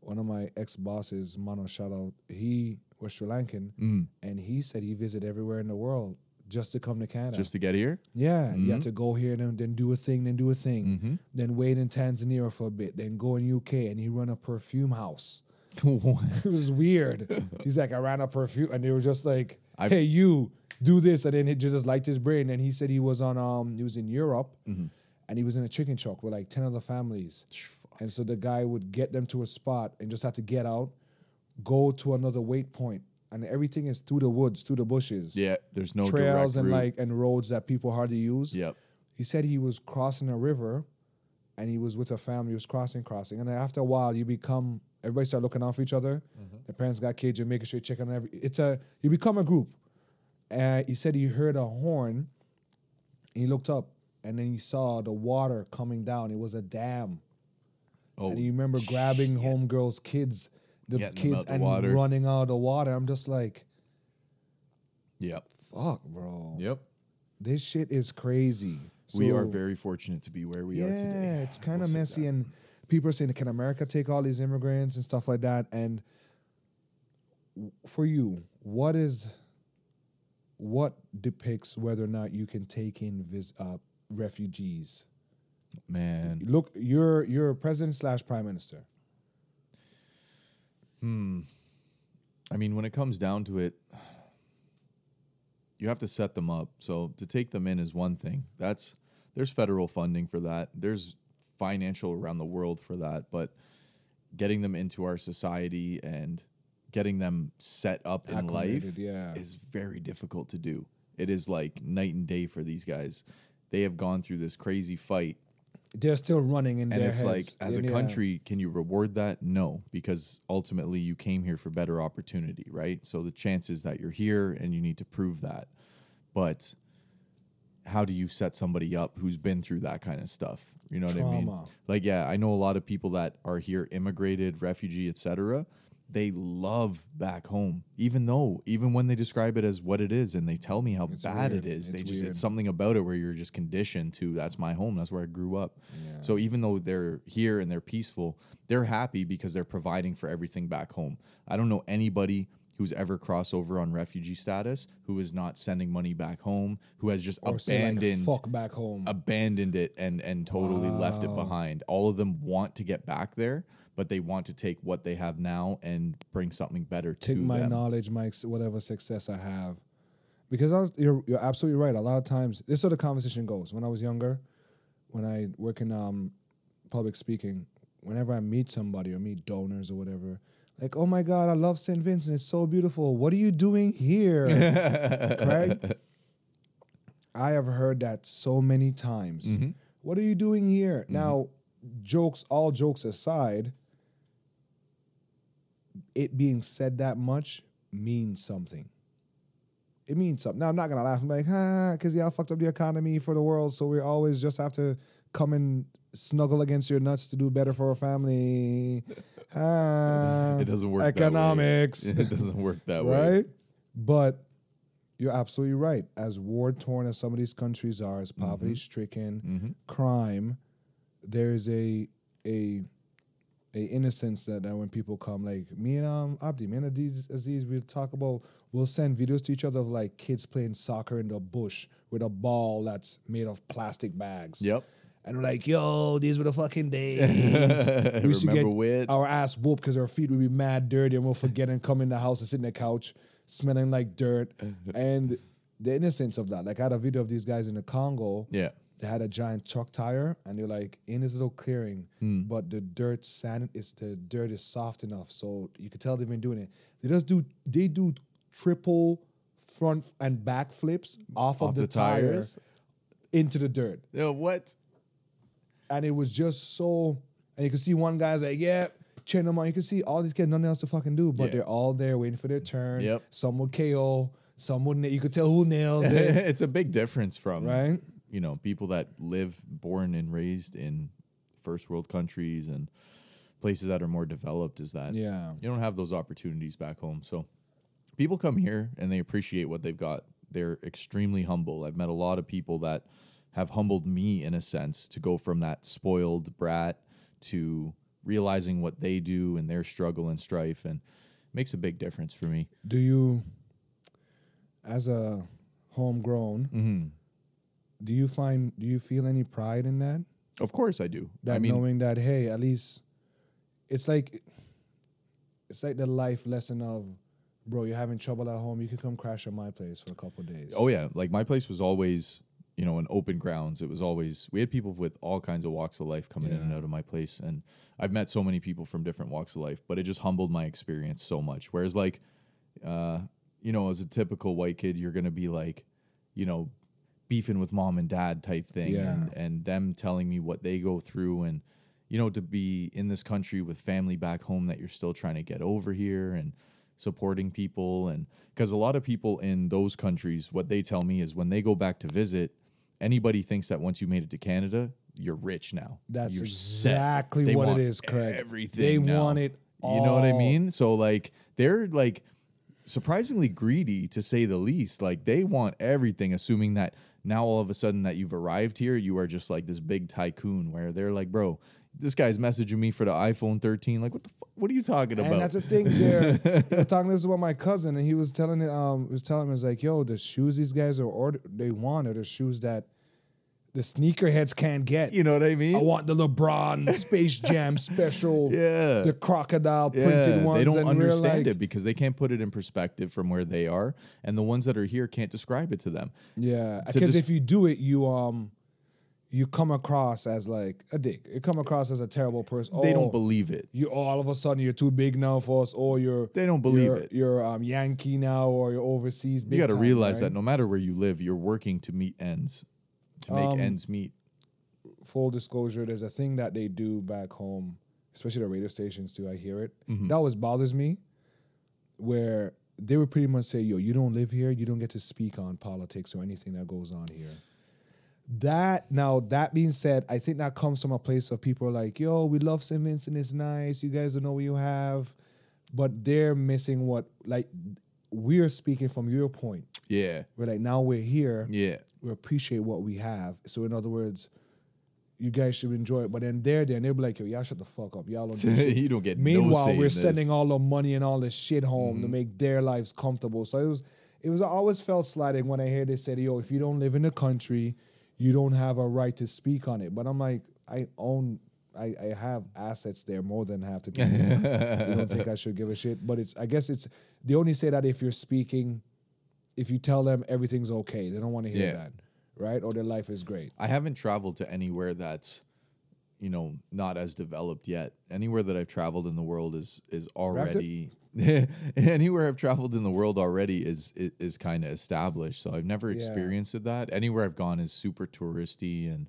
A: one of my ex bosses, Mano shout out. He was Sri Lankan,
B: Mm,
A: and he said he visited everywhere in the world just to come to Canada.
B: just Mm-hmm. to get here
A: yeah, you had to go here, then then do a thing, then do a thing,
B: Mm. Mm-hmm.
A: then wait in Tanzania for a bit, then go in UK, and he run a perfume house. It was weird. He's like, I ran a perfume, and they were just like,
B: I've-
A: "Hey, you do this," and then he just liked his brain. And he said he was on, um, he was in Europe,
B: Mm-hmm.
A: and he was in a chicken truck with like ten other families. And so the guy would get them to a spot and just have to get out, go to another wait point, and everything is through the woods, through the bushes,
B: yeah there's no
A: trails
B: direct
A: and
B: route.
A: like and roads that people hardly use.
B: yep
A: He said he was crossing a river and he was with a family, he was crossing, crossing. And then after a while, you become, everybody start looking out for each other.
B: Mm-hmm.
A: The parents got kids, you're making sure you're checking on every, it's a, you become a group. And he said he heard a horn and he looked up and then he saw the water coming down. It was a dam.
B: oh
A: and you remember grabbing homegirls' kids, the
B: Getting them
A: kids
B: out the
A: and
B: water.
A: running out of the water. I'm just like,
B: yep
A: fuck, bro.
B: yep
A: This shit is crazy.
B: we are
A: So-
B: very fortunate to be where we
A: yeah,
B: are today
A: it's kind
B: We'll
A: of
B: sit
A: messy,
B: down.
A: and people are saying, "Can America take all these immigrants and stuff like that?" And w- for you, what is what depicts whether or not you can take in vis- uh, refugees?
B: man.
A: Look, you're you're a president slash prime minister.
B: Hmm. I mean, when it comes down to it, you have to set them up. So to take them in is one thing. That's there's federal funding for that. There's financial around the world for that, but getting them into our society and getting them set up in life
A: Acclimated, yeah.
B: is very difficult to do. It is like night and day for these guys. They have gone through this crazy fight
A: They're still running in
B: and
A: their
B: it's like
A: heads.
B: as a
A: And, yeah,
B: country can you reward that no because ultimately you came here for better opportunity right so the chances that you're here and you need to prove that but how do you set somebody up who's been through that kind of stuff you know what i mean
A: Trauma.
B: like yeah i know a lot of people that are here immigrated refugee etc they love back home even though even when they describe it as what it is and they tell me how
A: It's
B: bad
A: weird.
B: it is they
A: It's
B: just
A: weird.
B: it's something about it where you're just conditioned to that's my home that's where i grew up
A: Yeah.
B: so even though they're here and they're peaceful, they're happy because they're providing for everything back home. I don't know anybody who's ever crossed over on refugee status who is not sending money back home, who has just
A: or say, like,
B: abandoned
A: fuck back home.
B: abandoned it and and totally left it behind. All of them want to get back there, but they want to take what they have now and bring something better
A: take
B: to
A: my
B: them.
A: knowledge, my ex- whatever success I have. Because I was, you're, you're absolutely right. A lot of times, this is how the conversation goes. When I was younger, when I work in um, public speaking, whenever I meet somebody or meet donors or whatever, like, oh my God, I love St. Vincent. It's so beautiful. What are you doing here? Craig? I have heard that so many times. What are you doing here? Now, jokes, all jokes aside, it being said that much means something. It means something. Now I'm not gonna laugh. I'm like, ha, because y'all fucked up the economy for the world, so we always just have to come and snuggle against your nuts to do better for our family. Ah. Ha.
B: It doesn't work that way.
A: Economics,
B: It doesn't work that way.
A: right? But you're absolutely right. As war torn as some of these countries are, as
B: Mm-hmm.
A: poverty stricken, crime, there is a a a innocence that, that when people come, like me and um Abdi, me and Aziz, Aziz, we'll talk about, we'll send videos to each other of like kids playing soccer in the bush with a ball that's made of plastic bags.
B: Yep.
A: And we're like, yo, these were the fucking days. we used to
B: Remember
A: get
B: when?
A: our ass whooped because our feet would be mad dirty and we'll forget and come in the house and sit in the couch smelling like dirt. and the innocence of that. Like I had a video of these guys in the Congo.
B: Yeah.
A: They had a giant truck tire and they're like in this little clearing,
B: Hmm.
A: but the dirt sand is the dirt is soft enough. So you could tell they've been doing it. They just do they do triple front and back flips off,
B: Off
A: of the,
B: the
A: tire
B: tires?
A: into the dirt
B: Yeah, what?
A: and it was just so. And you can see one guy's like, "Yeah, cheering them on." You can see all these kids, nothing else to fucking do, but
B: Yeah.
A: they're all there waiting for their turn.
B: Yep.
A: Some will KO, some will. Na- you could tell who nails it,
B: it's a big difference from
A: right?
B: you know, people that live, born and raised in first world countries and places that are more developed is that
A: Yeah.
B: you don't have those opportunities back home. So people come here and they appreciate what they've got. They're extremely humble. I've met a lot of people that have humbled me in a sense to go from that spoiled brat to realizing what they do and their struggle and strife and it makes a big difference for me.
A: Do you, as a homegrown,
B: Mm-hmm.
A: do you find do you feel any pride in that?
B: Of course I do.
A: That
B: I mean,
A: knowing that hey, at least it's like it's like the life lesson of, bro, you're having trouble at home. You can come crash at my place for a couple days.
B: Oh yeah, like my place was always, you know, an open grounds. It was always we had people with all kinds of walks of life coming in and
A: Yeah.
B: out of my place, and I've met so many people from different walks of life. But it just humbled my experience so much. Whereas like, uh, you know, as a typical white kid, you're gonna be like, you know, beefing with mom and dad type thing,
A: Yeah.
B: and and them telling me what they go through and. You know, to be in this country with family back home that you're still trying to get over here and supporting people and because a lot of people in those countries what they tell me is when they go back to visit anybody thinks that once you made it to canada you're rich now
A: That's
B: You're set.
A: exactly
B: They
A: what it
B: want
A: is, Craig.
B: everything
A: They
B: now.
A: want it. All.
B: you know
A: Oh.
B: what i mean so like they're like surprisingly greedy to say the least like they want everything assuming that now all of a sudden that you've arrived here you are just like this big tycoon where they're like bro this guy's messaging me for the iphone 13 like what the fuck, what are you talking
A: And
B: about
A: that's the thing. There, I was talking this about my cousin, and he was telling it. Um, he was telling him, "It's like, yo, the shoes these guys are order they want are the shoes that the sneakerheads can't get.
B: You know what I mean?
A: I want the LeBron Space Jam special,
B: yeah.
A: the crocodile printed ones.
B: They don't
A: and we're
B: understand
A: like-
B: it because they can't put it in perspective from where they are, and the ones that are here can't describe it to them.
A: Yeah,
B: to
A: because
B: dis-
A: if you do it, you um, you come across as like a dick. You come across as a terrible person.
B: They
A: Oh,
B: don't believe it.
A: you. oh, All of a sudden, you're too big now for us, or you're
B: They don't believe
A: you're,
B: it.
A: You're um Yankee now, or you're overseas.
B: You
A: big
B: got to
A: time,
B: realize
A: right?
B: that no matter where you live, you're working to meet ends, to make
A: Um,
B: ends meet.
A: full disclosure, there's a thing that they do back home, especially the radio stations too. I hear it. That always bothers me, where they would pretty much say, "Yo, you don't live here. You don't get to speak on politics or anything that goes on here." That now, that being said, I think that comes from a place of people like, "Yo, we love St. Vincent. It's nice. You guys don't know what you have," but they're missing what like we're speaking from your point.
B: Yeah,
A: We're like, now we're here
B: yeah,
A: we appreciate what we have. So in other words, you guys should enjoy it. But then they're there and they'll be like, yo, y'all shut the fuck up. Y'all don't do shit.
B: you don't get. no say
A: Meanwhile,
B: in
A: we're
B: this. Mm-hmm.
A: sending all the money and all this shit home to make their lives comfortable. So it was it was I always felt slighted when I hear they said, yo, if you don't live in the country, you don't have a right to speak on it. But I'm like, I own I, I have assets there more than half the people. you don't think I should give a shit. But it's I guess it's they only say that if you're speaking, if you tell them everything's okay. They don't want to hear
B: Yeah.
A: that. Right? Or their life is great.
B: I haven't traveled to anywhere that's, you know, not as developed yet. Anywhere that I've traveled in the world is is already. anywhere I've traveled in the world already is is, is kind of established. So I've never
A: Yeah.
B: experienced it that. Anywhere I've gone is super touristy, and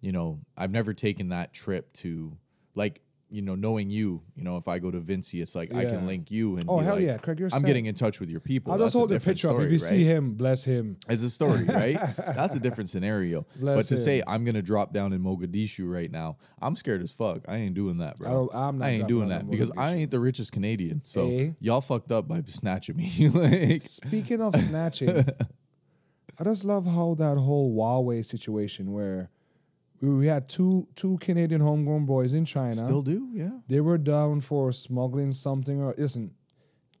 B: you know, I've never taken that trip to like. You know, knowing you, you know, if I go to Vinci, it's like I
A: Yeah.
B: can link you and
A: Oh,
B: be
A: hell
B: like,
A: yeah, Craig, you're
B: I'm
A: set.
B: getting in touch with your people.
A: I'll just
B: That's a
A: hold the
B: different
A: picture up. If
B: story,
A: you
B: right?
A: see him, bless him.
B: It's a story, right? That's a different scenario.
A: Bless
B: but to
A: him.
B: say I'm gonna drop down in Mogadishu right now, I'm scared as fuck. I ain't doing that, bro.
A: I don't- Oh, I'm not
B: I ain't
A: dropping
B: doing
A: down
B: that
A: in
B: because I
A: Mogadishu.
B: ain't the richest Canadian. So
A: Eh?
B: y'all fucked up by snatching me. like,
A: Speaking of snatching, I just love how that whole Huawei situation where we, we had two two Canadian homegrown boys in China.
B: still do, yeah.
A: they were down for smuggling something or listen,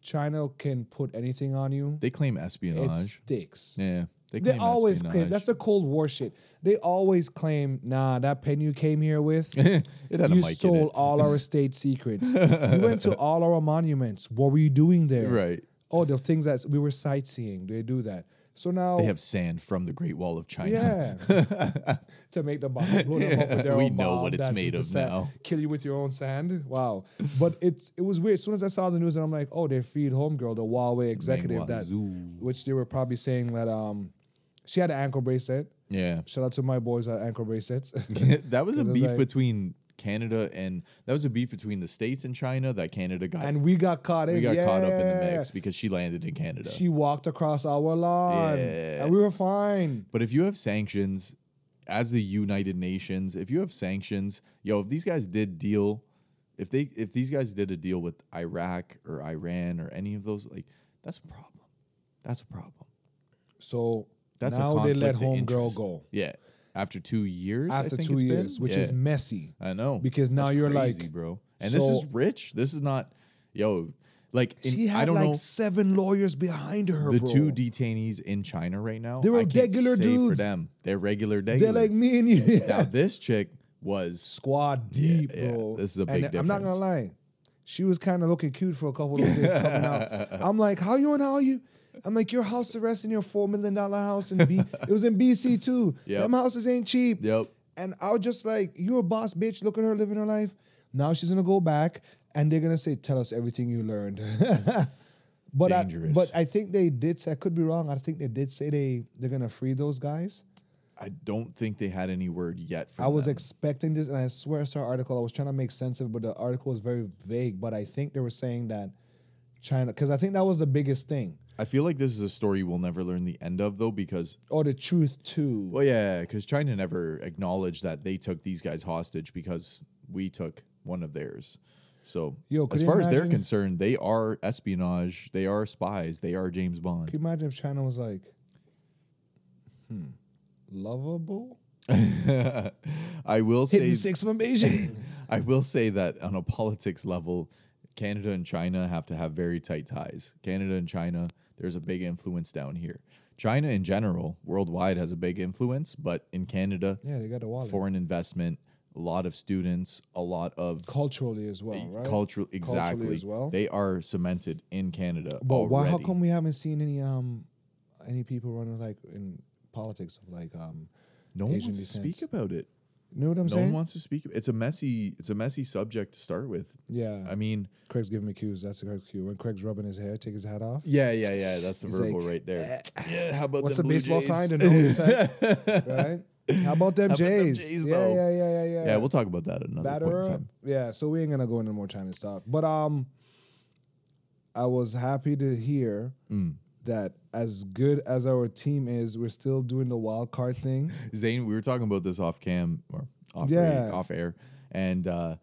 A: China can put anything on you.
B: They claim
A: It
B: espionage.
A: sticks.
B: yeah, they,
A: They
B: claim
A: always claim
B: espionage.
A: that's the Cold War shit. They always claim, nah, that pen you came here with,
B: it had a
A: you
B: mic
A: stole
B: in it.
A: all our state secrets. you went to all our monuments. What were you doing there?
B: Right.
A: Oh, the things that we were sightseeing. They do that. So now,
B: They have sand from the Great Wall of China.
A: yeah, to make the bomb, blow them up with their
B: We
A: own
B: know
A: bomb,
B: what it's
A: that
B: made
A: the
B: of
A: sand-
B: now.
A: Kill you with your own sand. Wow. But it's it was weird. As soon as I saw the news, and I'm like, oh, they freed homegirl, the Huawei executive that,
B: Wazoo.
A: which they were probably saying that um, she had an ankle bracelet.
B: Yeah.
A: Shout out to my boys at ankle bracelets.
B: that
A: Because
B: was a
A: I was
B: beef
A: like-
B: between Canada and that was a beef between the states and China that Canada got
A: and we got caught in.
B: we got caught up in the
A: yeah.
B: mix because she landed in Canada.
A: She walked across our lawn,
B: Yeah.
A: and we were fine.
B: but if you have sanctions as the United Nations, if you have sanctions, yo, if these guys did deal, if they if these guys did a deal with Iraq or Iran or any of those, like that's a problem. That's a problem.
A: So
B: That's
A: now
B: a
A: they let
B: conflict of
A: homegirl
B: interest.
A: go
B: Yeah, after two years. I
A: after
B: think
A: two
B: it's been?
A: years, which
B: Yeah.
A: is messy.
B: I know
A: because now
B: That's
A: you're
B: crazy,
A: like-
B: bro, and this is
A: So-
B: rich. This is not, yo, like in,
A: She had
B: I don't
A: like
B: know.
A: seven lawyers behind her,
B: the
A: bro.
B: two detainees in China right now.
A: They were
B: I can't
A: regular
B: say For
A: dudes.
B: them, they're regular
A: They're
B: regular.
A: like me and you.
B: now this chick was
A: Squad deep,
B: yeah,
A: bro.
B: this is a
A: and
B: big
A: I'm not gonna
B: difference.
A: lie, she was kind of looking cute for a couple of days coming out. I'm like, how you and how you? I'm like, your house arrest in your four million dollar house in B. it was in BC too.
B: Yep.
A: Them houses ain't cheap.
B: yep.
A: And I was just like, you're a boss bitch. Look at her living her life. Now she's gonna go back and they're gonna say, tell us everything you learned. but I,
B: Dangerous.
A: but I think they did say I could be wrong. I think they did say they they're gonna free those guys.
B: I don't think they had any word yet. From
A: I was
B: them.
A: expecting this, and I swear I saw an article. I was trying to make sense of it, but the article is very vague. But I think they were saying that China, because I think that was the biggest thing,
B: I feel like this is a story we'll never learn the end of though, because
A: or the truth too.
B: well, yeah, because China never acknowledged that they took these guys hostage because we took one of theirs. So
A: Yo, could
B: as
A: you
B: far as they're
A: imagine-
B: concerned, they are espionage. They are spies. They are James Bond.
A: Can you imagine if China was like, hmm, lovable?
B: I will
A: Hitting
B: say
A: six from Beijing.
B: I will say that on a politics level, Canada and China have to have very tight ties. Canada and China, there's a big influence down here. China in general, worldwide, has a big influence, but in Canada,
A: Yeah, they got the wallet.
B: foreign investment, a lot of students, a lot of
A: Culturally as well, right?
B: cultural exactly
A: as well.
B: They are cemented in Canada.
A: But why? How
B: already.
A: come we haven't seen any um any people running like in politics of like um?
B: no one
A: Asian
B: wants to speak
A: descent?
B: about it?
A: You know what I'm
B: no
A: saying?
B: one wants to speak. It's a messy. It's a messy subject to start with.
A: yeah,
B: I mean,
A: Craig's giving me cues. That's a Craig's cue. When Craig's rubbing his hair, take his hat off.
B: yeah, yeah, yeah. That's the
A: He's
B: verbal
A: like, "Eh,
B: right there. yeah. How about
A: What's the
B: them Blue
A: baseball
B: Jays?
A: sign? To know what type, right? How about them
B: How about them
A: Jays?
B: Jays,
A: yeah,
B: though?
A: yeah, yeah, yeah, yeah.
B: Yeah, we'll talk about that at another point in
A: Batterer.
B: time.
A: Yeah, so we ain't gonna go into more China stuff. But um, I was happy to hear
B: Mm.
A: that as good as our team is, we're still doing the wild card thing.
B: Zane, we were talking about this off cam or off
A: Yeah.
B: air, off air, and uh,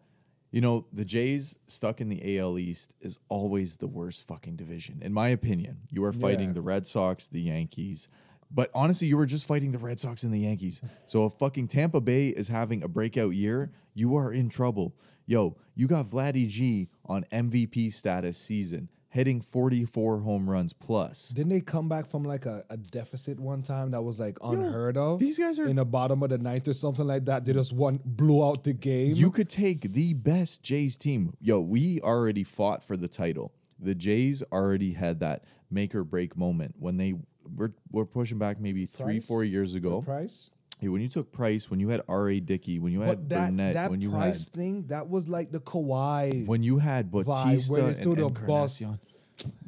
B: you know the Jays stuck in the AL East is always the worst fucking division, in my opinion. You are fighting
A: Yeah.
B: the Red Sox, the Yankees, but honestly, you were just fighting the Red Sox and the Yankees. So if fucking Tampa Bay is having a breakout year, you are in trouble. Yo, you got Vladdy G on MVP status season, hitting 44 home runs plus.
A: Didn't they come back from like a, a deficit one time that was like unheard of?
B: these guys are-
A: in the bottom of the ninth or something like that. They just won, blew out the game.
B: You could take the best Jays team. Yo, we already fought for the title. The Jays already had that make or break moment when they were, were pushing back maybe three,
A: Price?
B: four years ago.
A: price,
B: Hey, when you took Price, when you had R.A. Dickey, when you
A: but
B: had
A: that
B: Burnett,
A: that
B: when you
A: price
B: had
A: thing that was like the Kawhi.
B: when you had Batista
A: when
B: and,
A: it's through the
B: and
A: bus.
B: Encarnacion.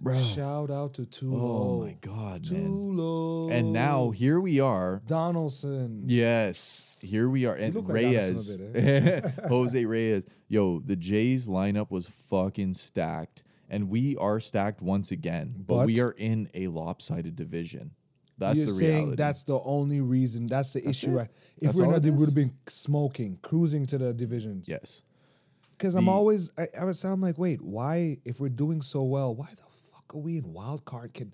B: Bro.
A: Shout out to Tulo.
B: Oh my god, man.
A: Tulo.
B: And now here we are.
A: Donaldson.
B: Yes. Here we are. And
A: look like
B: Reyes.
A: Addison a eh?
B: Jose Reyes. Yo, the Jays lineup was fucking stacked. And we are stacked once again. But,
A: But-
B: we are in a lopsided division. That's
A: You're
B: the
A: saying
B: reality.
A: that's the only reason. That's the issue. Right? If
B: That's
A: we're
B: all
A: not,
B: it
A: we
B: is.
A: would have been smoking, cruising to the divisions.
B: yes.
A: Because I'm
B: The-
A: always, I, I would sound like, wait, why? If we're doing so well, why the fuck are we in wild card? Can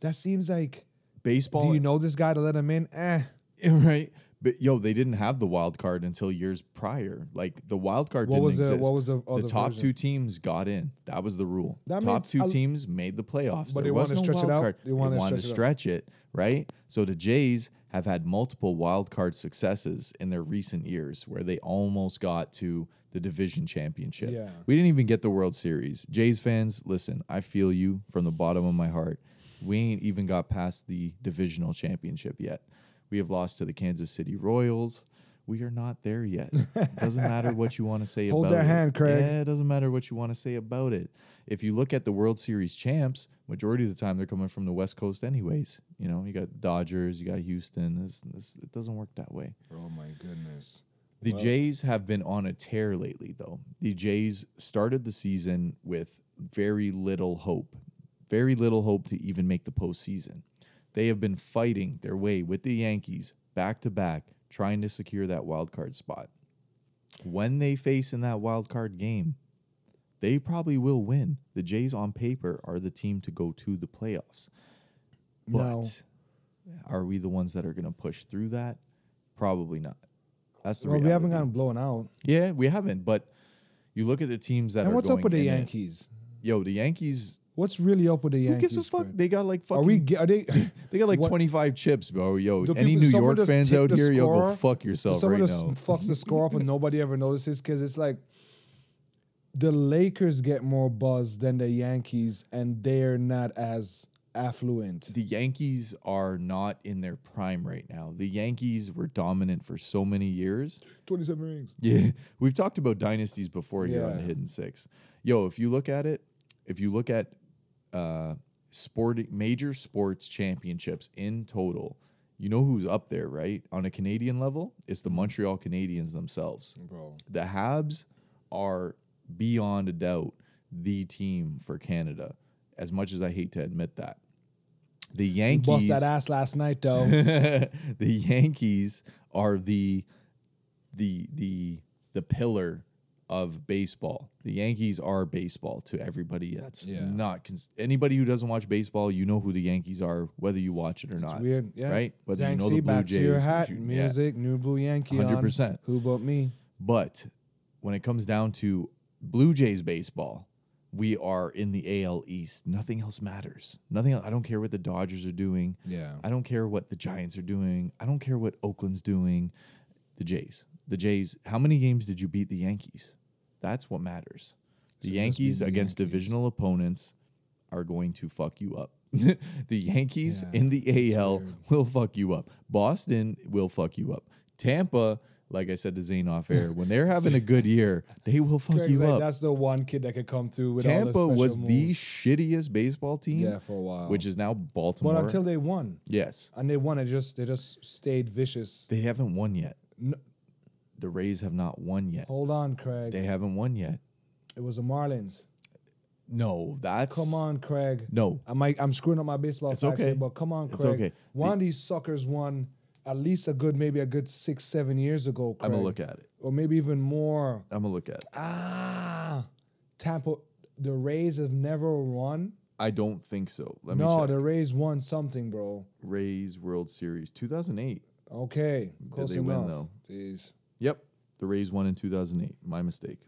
A: that seems like?
B: Baseball
A: Do you know this guy to let him in? Eh.
B: right? But yo, they didn't have the wild card until years prior. Like the wild card
A: What
B: didn't
A: was the-
B: exist.
A: what was the other
B: top
A: version?
B: two teams got in. That was the rule.
A: That
B: top
A: makes
B: two
A: a-
B: teams made the playoffs.
A: But
B: there
A: they
B: was
A: wanna
B: no
A: stretch it
B: wild
A: out?
B: Card.
A: They wanna
B: wanted to
A: stretch
B: stretch it, right? So the Jays have had multiple wild card successes in their recent years, where they almost got to the division championship.
A: Yeah.
B: We didn't even get the World Series. Jays fans, listen, I feel you from the bottom of my heart. We ain't even got past the divisional championship yet. We have lost to the Kansas City Royals. We are not there yet. doesn't matter what you want to say
A: Hold
B: about
A: their
B: it.
A: hand, Craig.
B: Yeah, it doesn't matter what you want to say about it. If you look at the World Series champs, majority of the time they're coming from the West Coast anyways. You know, you got Dodgers, you got Houston. This, this, it doesn't work that way.
A: Oh my goodness.
B: The Jays have been on a tear lately, though. The Jays started the season with very little hope, very little hope to even make the postseason. They have been fighting their way with the Yankees back to back, trying to secure that wild card spot. When they face in that wild card game, they probably will win. The Jays, on paper, are the team to go to the playoffs. But
A: No.
B: are we the ones that are going to push through that? Probably not. That's the
A: Well, we haven't
B: reality.
A: gotten blown out.
B: Yeah, we haven't. But you look at the teams that
A: And
B: are.
A: what's up
B: going
A: with the
B: in it.
A: Yankees?
B: Yo, the Yankees.
A: What's really up with the
B: Who
A: Yankees?
B: gives a fuck?
A: Craig?
B: They got like fucking.
A: Are we? ge- Are they?
B: They got like
A: what-
B: 25 chips, bro. Yo,
A: Do
B: any
A: people-
B: New
A: someone
B: York
A: just
B: fans
A: tip
B: out
A: the
B: here, yo, go
A: score?
B: fuck yourself
A: Someone
B: right
A: just
B: now.
A: fucks the score up and nobody ever notices because it's like the Lakers get more buzz than the Yankees, and they're not as affluent.
B: The Yankees are not in their prime right now. The Yankees were dominant for so many years.
A: Twenty-seven rings.
B: Yeah, we've talked about dynasties before here on the
A: Yeah.
B: Hidden Six. Yo, if you look at it, if you look at uh, sporting major sports championships in total, you know who's up there, right? On a Canadian level, it's the Montreal Canadiens themselves.
A: Bro,
B: The Habs are beyond a doubt the team for Canada. As much as I hate to admit that, the Yankees
A: bust that ass last night though.
B: the Yankees are the the the the pillar of baseball. The Yankees are baseball to everybody that's
A: Yeah.
B: not cons- anybody who doesn't watch baseball. You know who the Yankees are, whether you watch it or not.
A: Weird, yeah.
B: Right? Whether you
A: Thanks,
B: know the Blue
A: back
B: Jays,
A: to your hat,
B: you- yeah.
A: music, new blue Yankee. on.
B: 100%.
A: Who but me?
B: But when it comes down to Blue Jays baseball, we are in the AL East. Nothing else matters. Nothing. Else, I don't care what the Dodgers are doing.
A: Yeah.
B: I don't care what the Giants are doing. I don't care what Oakland's doing. The Jays. The Jays. How many games did you beat the Yankees? That's what matters. The
A: So just
B: Yankees
A: beat the
B: against
A: Yankees.
B: divisional opponents are going to fuck you up. the Yankees
A: Yeah,
B: in the
A: that's
B: AL
A: weird.
B: will fuck you up. Boston will fuck you up. Tampa, like I said to Zane off air, when they're having a good year, they will fuck
A: Craig's
B: you
A: like,
B: up.
A: that's the one kid that could come through with all the
B: Tampa
A: special
B: was the
A: moves."
B: shittiest baseball team,
A: yeah for a while,
B: which is now Baltimore.
A: but until they won
B: yes,
A: and they won, it just they just stayed vicious.
B: they haven't won yet.
A: No-
B: The Rays have not won yet.
A: Hold on, Craig.
B: They haven't won yet.
A: it was the Marlins.
B: No, that's
A: Come on, Craig.
B: No,
A: I might, I'm screwing up my baseball
B: It's
A: facts here,
B: okay.
A: but come on, Craig.
B: It's okay.
A: One of these suckers won at least a good, maybe a good six, seven years ago,
B: I'm
A: Craig.
B: gonna look at it.
A: Or maybe even more.
B: I'm gonna look at it.
A: Ah, Tampa. The Rays have never won.
B: I don't think so. Let me
A: no,
B: check.
A: the Rays won something, bro.
B: Rays World Series 2008.
A: Okay, close
B: they win,
A: enough.
B: though?
A: Jeez.
B: Yep, the Rays won in 2008. My mistake.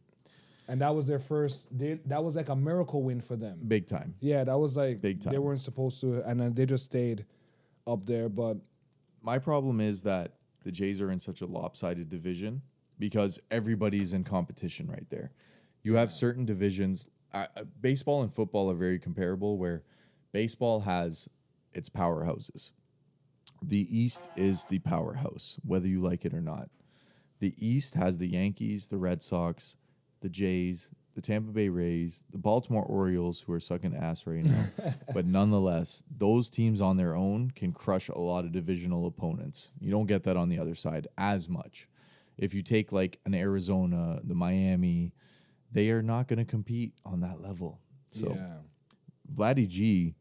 A: And that was their first. They, that was like a miracle win for them.
B: Big time.
A: Yeah, that was like
B: Big
A: they
B: time.
A: weren't supposed to, and then they just stayed up there. But
B: My problem is that the Jays are in such a lopsided division because everybody's in competition right there. You have certain divisions. Uh, uh, baseball and football are very comparable, where baseball has its powerhouses. The East is the powerhouse, whether you like it or not. The East has the Yankees, the Red Sox, the Jays, the Tampa Bay Rays, the Baltimore Orioles, who are sucking ass right now. but nonetheless, those teams on their own can crush a lot of divisional opponents. You don't get that on the other side as much. If you take like an Arizona, the Miami, they are not going to compete on that level. So.
A: yeah,
B: Vladdy G,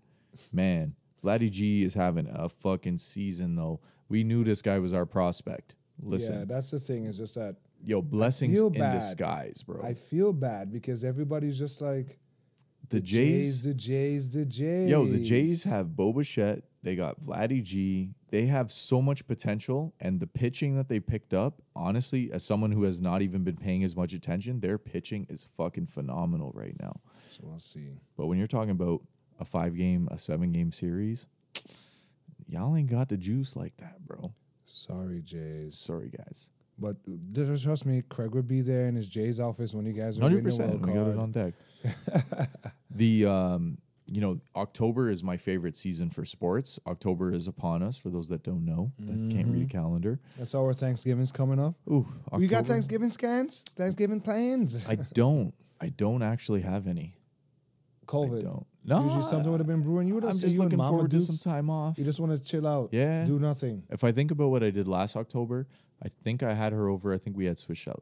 B: man, Vladdy G is having a fucking season though. We knew this guy was our prospect.
A: yeah,
B: Listen,
A: that's the thing. Is just that
B: yo, blessings
A: feel
B: in
A: bad.
B: disguise, bro.
A: I feel bad because everybody's just like
B: the Jays,
A: the Jays, the Jays.
B: yo, the Jays have Bobuchet. They got Vladdy G. They have so much potential, and the pitching that they picked up, honestly, as someone who has not even been paying as much attention, their pitching is fucking phenomenal right now.
A: So we'll see.
B: But when you're talking about a five game, a seven game series, y'all ain't got the juice like that, bro.
A: Sorry, Jays,
B: Sorry, guys.
A: but just trust me, Craig would be there in his Jays office when you guys are
B: Hundred
A: winning the
B: percent.
A: wild
B: We got it
A: card.
B: on deck. the um, you know, October is my favorite season for sports. October is upon us. For those that don't know, that can't read a calendar.
A: That's our Thanksgiving's coming up.
B: Ooh, October.
A: Mm-hmm. You got Thanksgiving scans, Thanksgiving plans.
B: I don't. I don't actually have any. I
A: COVID.
B: don't. No.
A: Usually something would have been brewing. You would have
B: I'm
A: said
B: just
A: you and
B: looking
A: Mama
B: forward to some
A: Dukes.
B: time off.
A: You just want to chill out.
B: Yeah.
A: Do nothing.
B: If I think about what I did last October, I think I had her over. I think we had Swiss Chalet.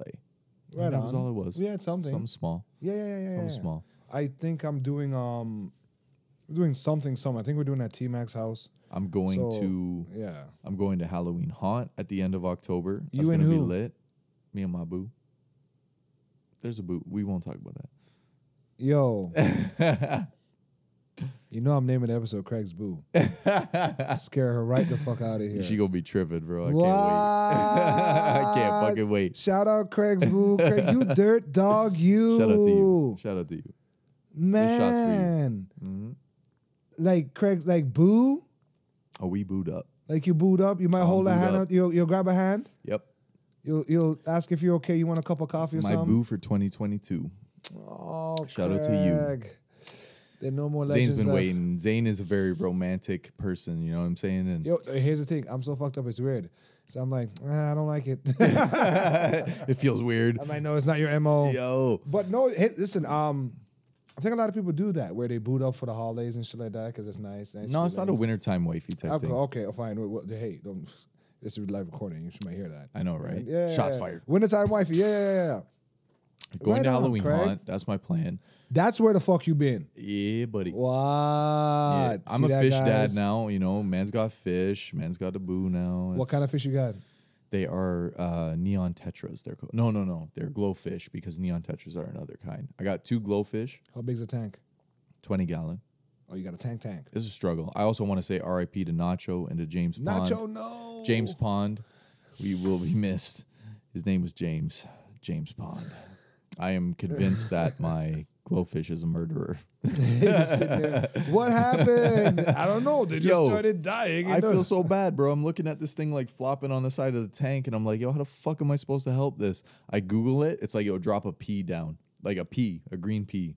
A: Right
B: that was
A: on.
B: all it was.
A: We had something.
B: Something small.
A: yeah, yeah, yeah, yeah.
B: Something
A: yeah.
B: small.
A: I think I'm doing um, we're doing something. Some. I think we're doing at T Mac's house.
B: I'm going
A: So,
B: to
A: Yeah.
B: I'm going to Halloween Haunt at the end of October. That's
A: You and
B: gonna
A: who?
B: be lit. Me and my boo. There's a boo. We won't talk about
A: Yo,
B: that.
A: you know I'm naming the episode Craig's Boo. Scare her right the fuck out of here.
B: She gonna be tripping, bro. I can't wait. I can't
A: What?
B: fucking wait.
A: Shout out Craig's Boo. Craig, you dirt dog. You.
B: Shout out to you. Shout out to you.
A: Man.
B: shots for you. Mhm.
A: Like Craig, like Boo.
B: Oh, we booed up.
A: Like you booed up. You might
B: I'm
A: hold a
B: booed
A: hand
B: up.
A: out. You'll, you'll grab a hand.
B: Yep.
A: You'll, you'll ask if you're okay. You want a cup of coffee or
B: My
A: something?
B: boo for 2022.
A: Oh,
B: Shout out to you.
A: There's no more
B: Zane's
A: legends
B: been
A: left.
B: waiting. Zane is a very romantic person. You know what I'm saying? And
A: Yo, uh, here's the thing. I'm so fucked up. It's weird. So I'm like, ah, I don't like it.
B: it feels weird.
A: I'm like, no, it's not your mo.
B: Yo,
A: But no, hey, listen. Um, I think a lot of people do that where they boot up for the holidays and shit like that because it's nice. nice
B: no, it's not a
A: feelings.
B: wintertime wifey type
A: Okay,
B: thing.
A: okay, oh, fine. Well, well, hey, don't. This is live recording. You should might hear that.
B: I know, right?
A: Yeah.
B: Shots fired.
A: Wintertime wifey. Yeah, yeah, yeah, yeah.
B: Going
A: Right
B: to
A: on,
B: Halloween
A: Craig.
B: haunt. That's my plan.
A: That's where the fuck you been.
B: Yeah, buddy.
A: What?
B: Yeah. I'm
A: Uh, See
B: a
A: that,
B: fish dad
A: guys?
B: now. You know, man's got fish. Man's got a boo now.
A: What
B: It's-
A: kind of fish you got?
B: They are uh, neon tetras. They're co- no, no, no. They're glowfish because neon tetras are another kind. I got two glowfish,
A: How big's a tank?
B: twenty gallon.
A: Oh, you got a tank tank.
B: This is a struggle. I also want to say R.I.P. to Nacho and to James Pond.
A: Nacho, no.
B: James Pond, we will be missed. His name was James. James Pond. I am convinced that my Glowfish is a murderer.
A: You're sitting there, what happened? I don't know. They just
B: Yo,
A: started dying.
B: I
A: and then-
B: feel so bad, bro. I'm looking at this thing like flopping on the side of the tank, and I'm like, yo, how the fuck am I supposed to help this? I Google it. It's like, yo, drop a pea down, like a pea, a green pea.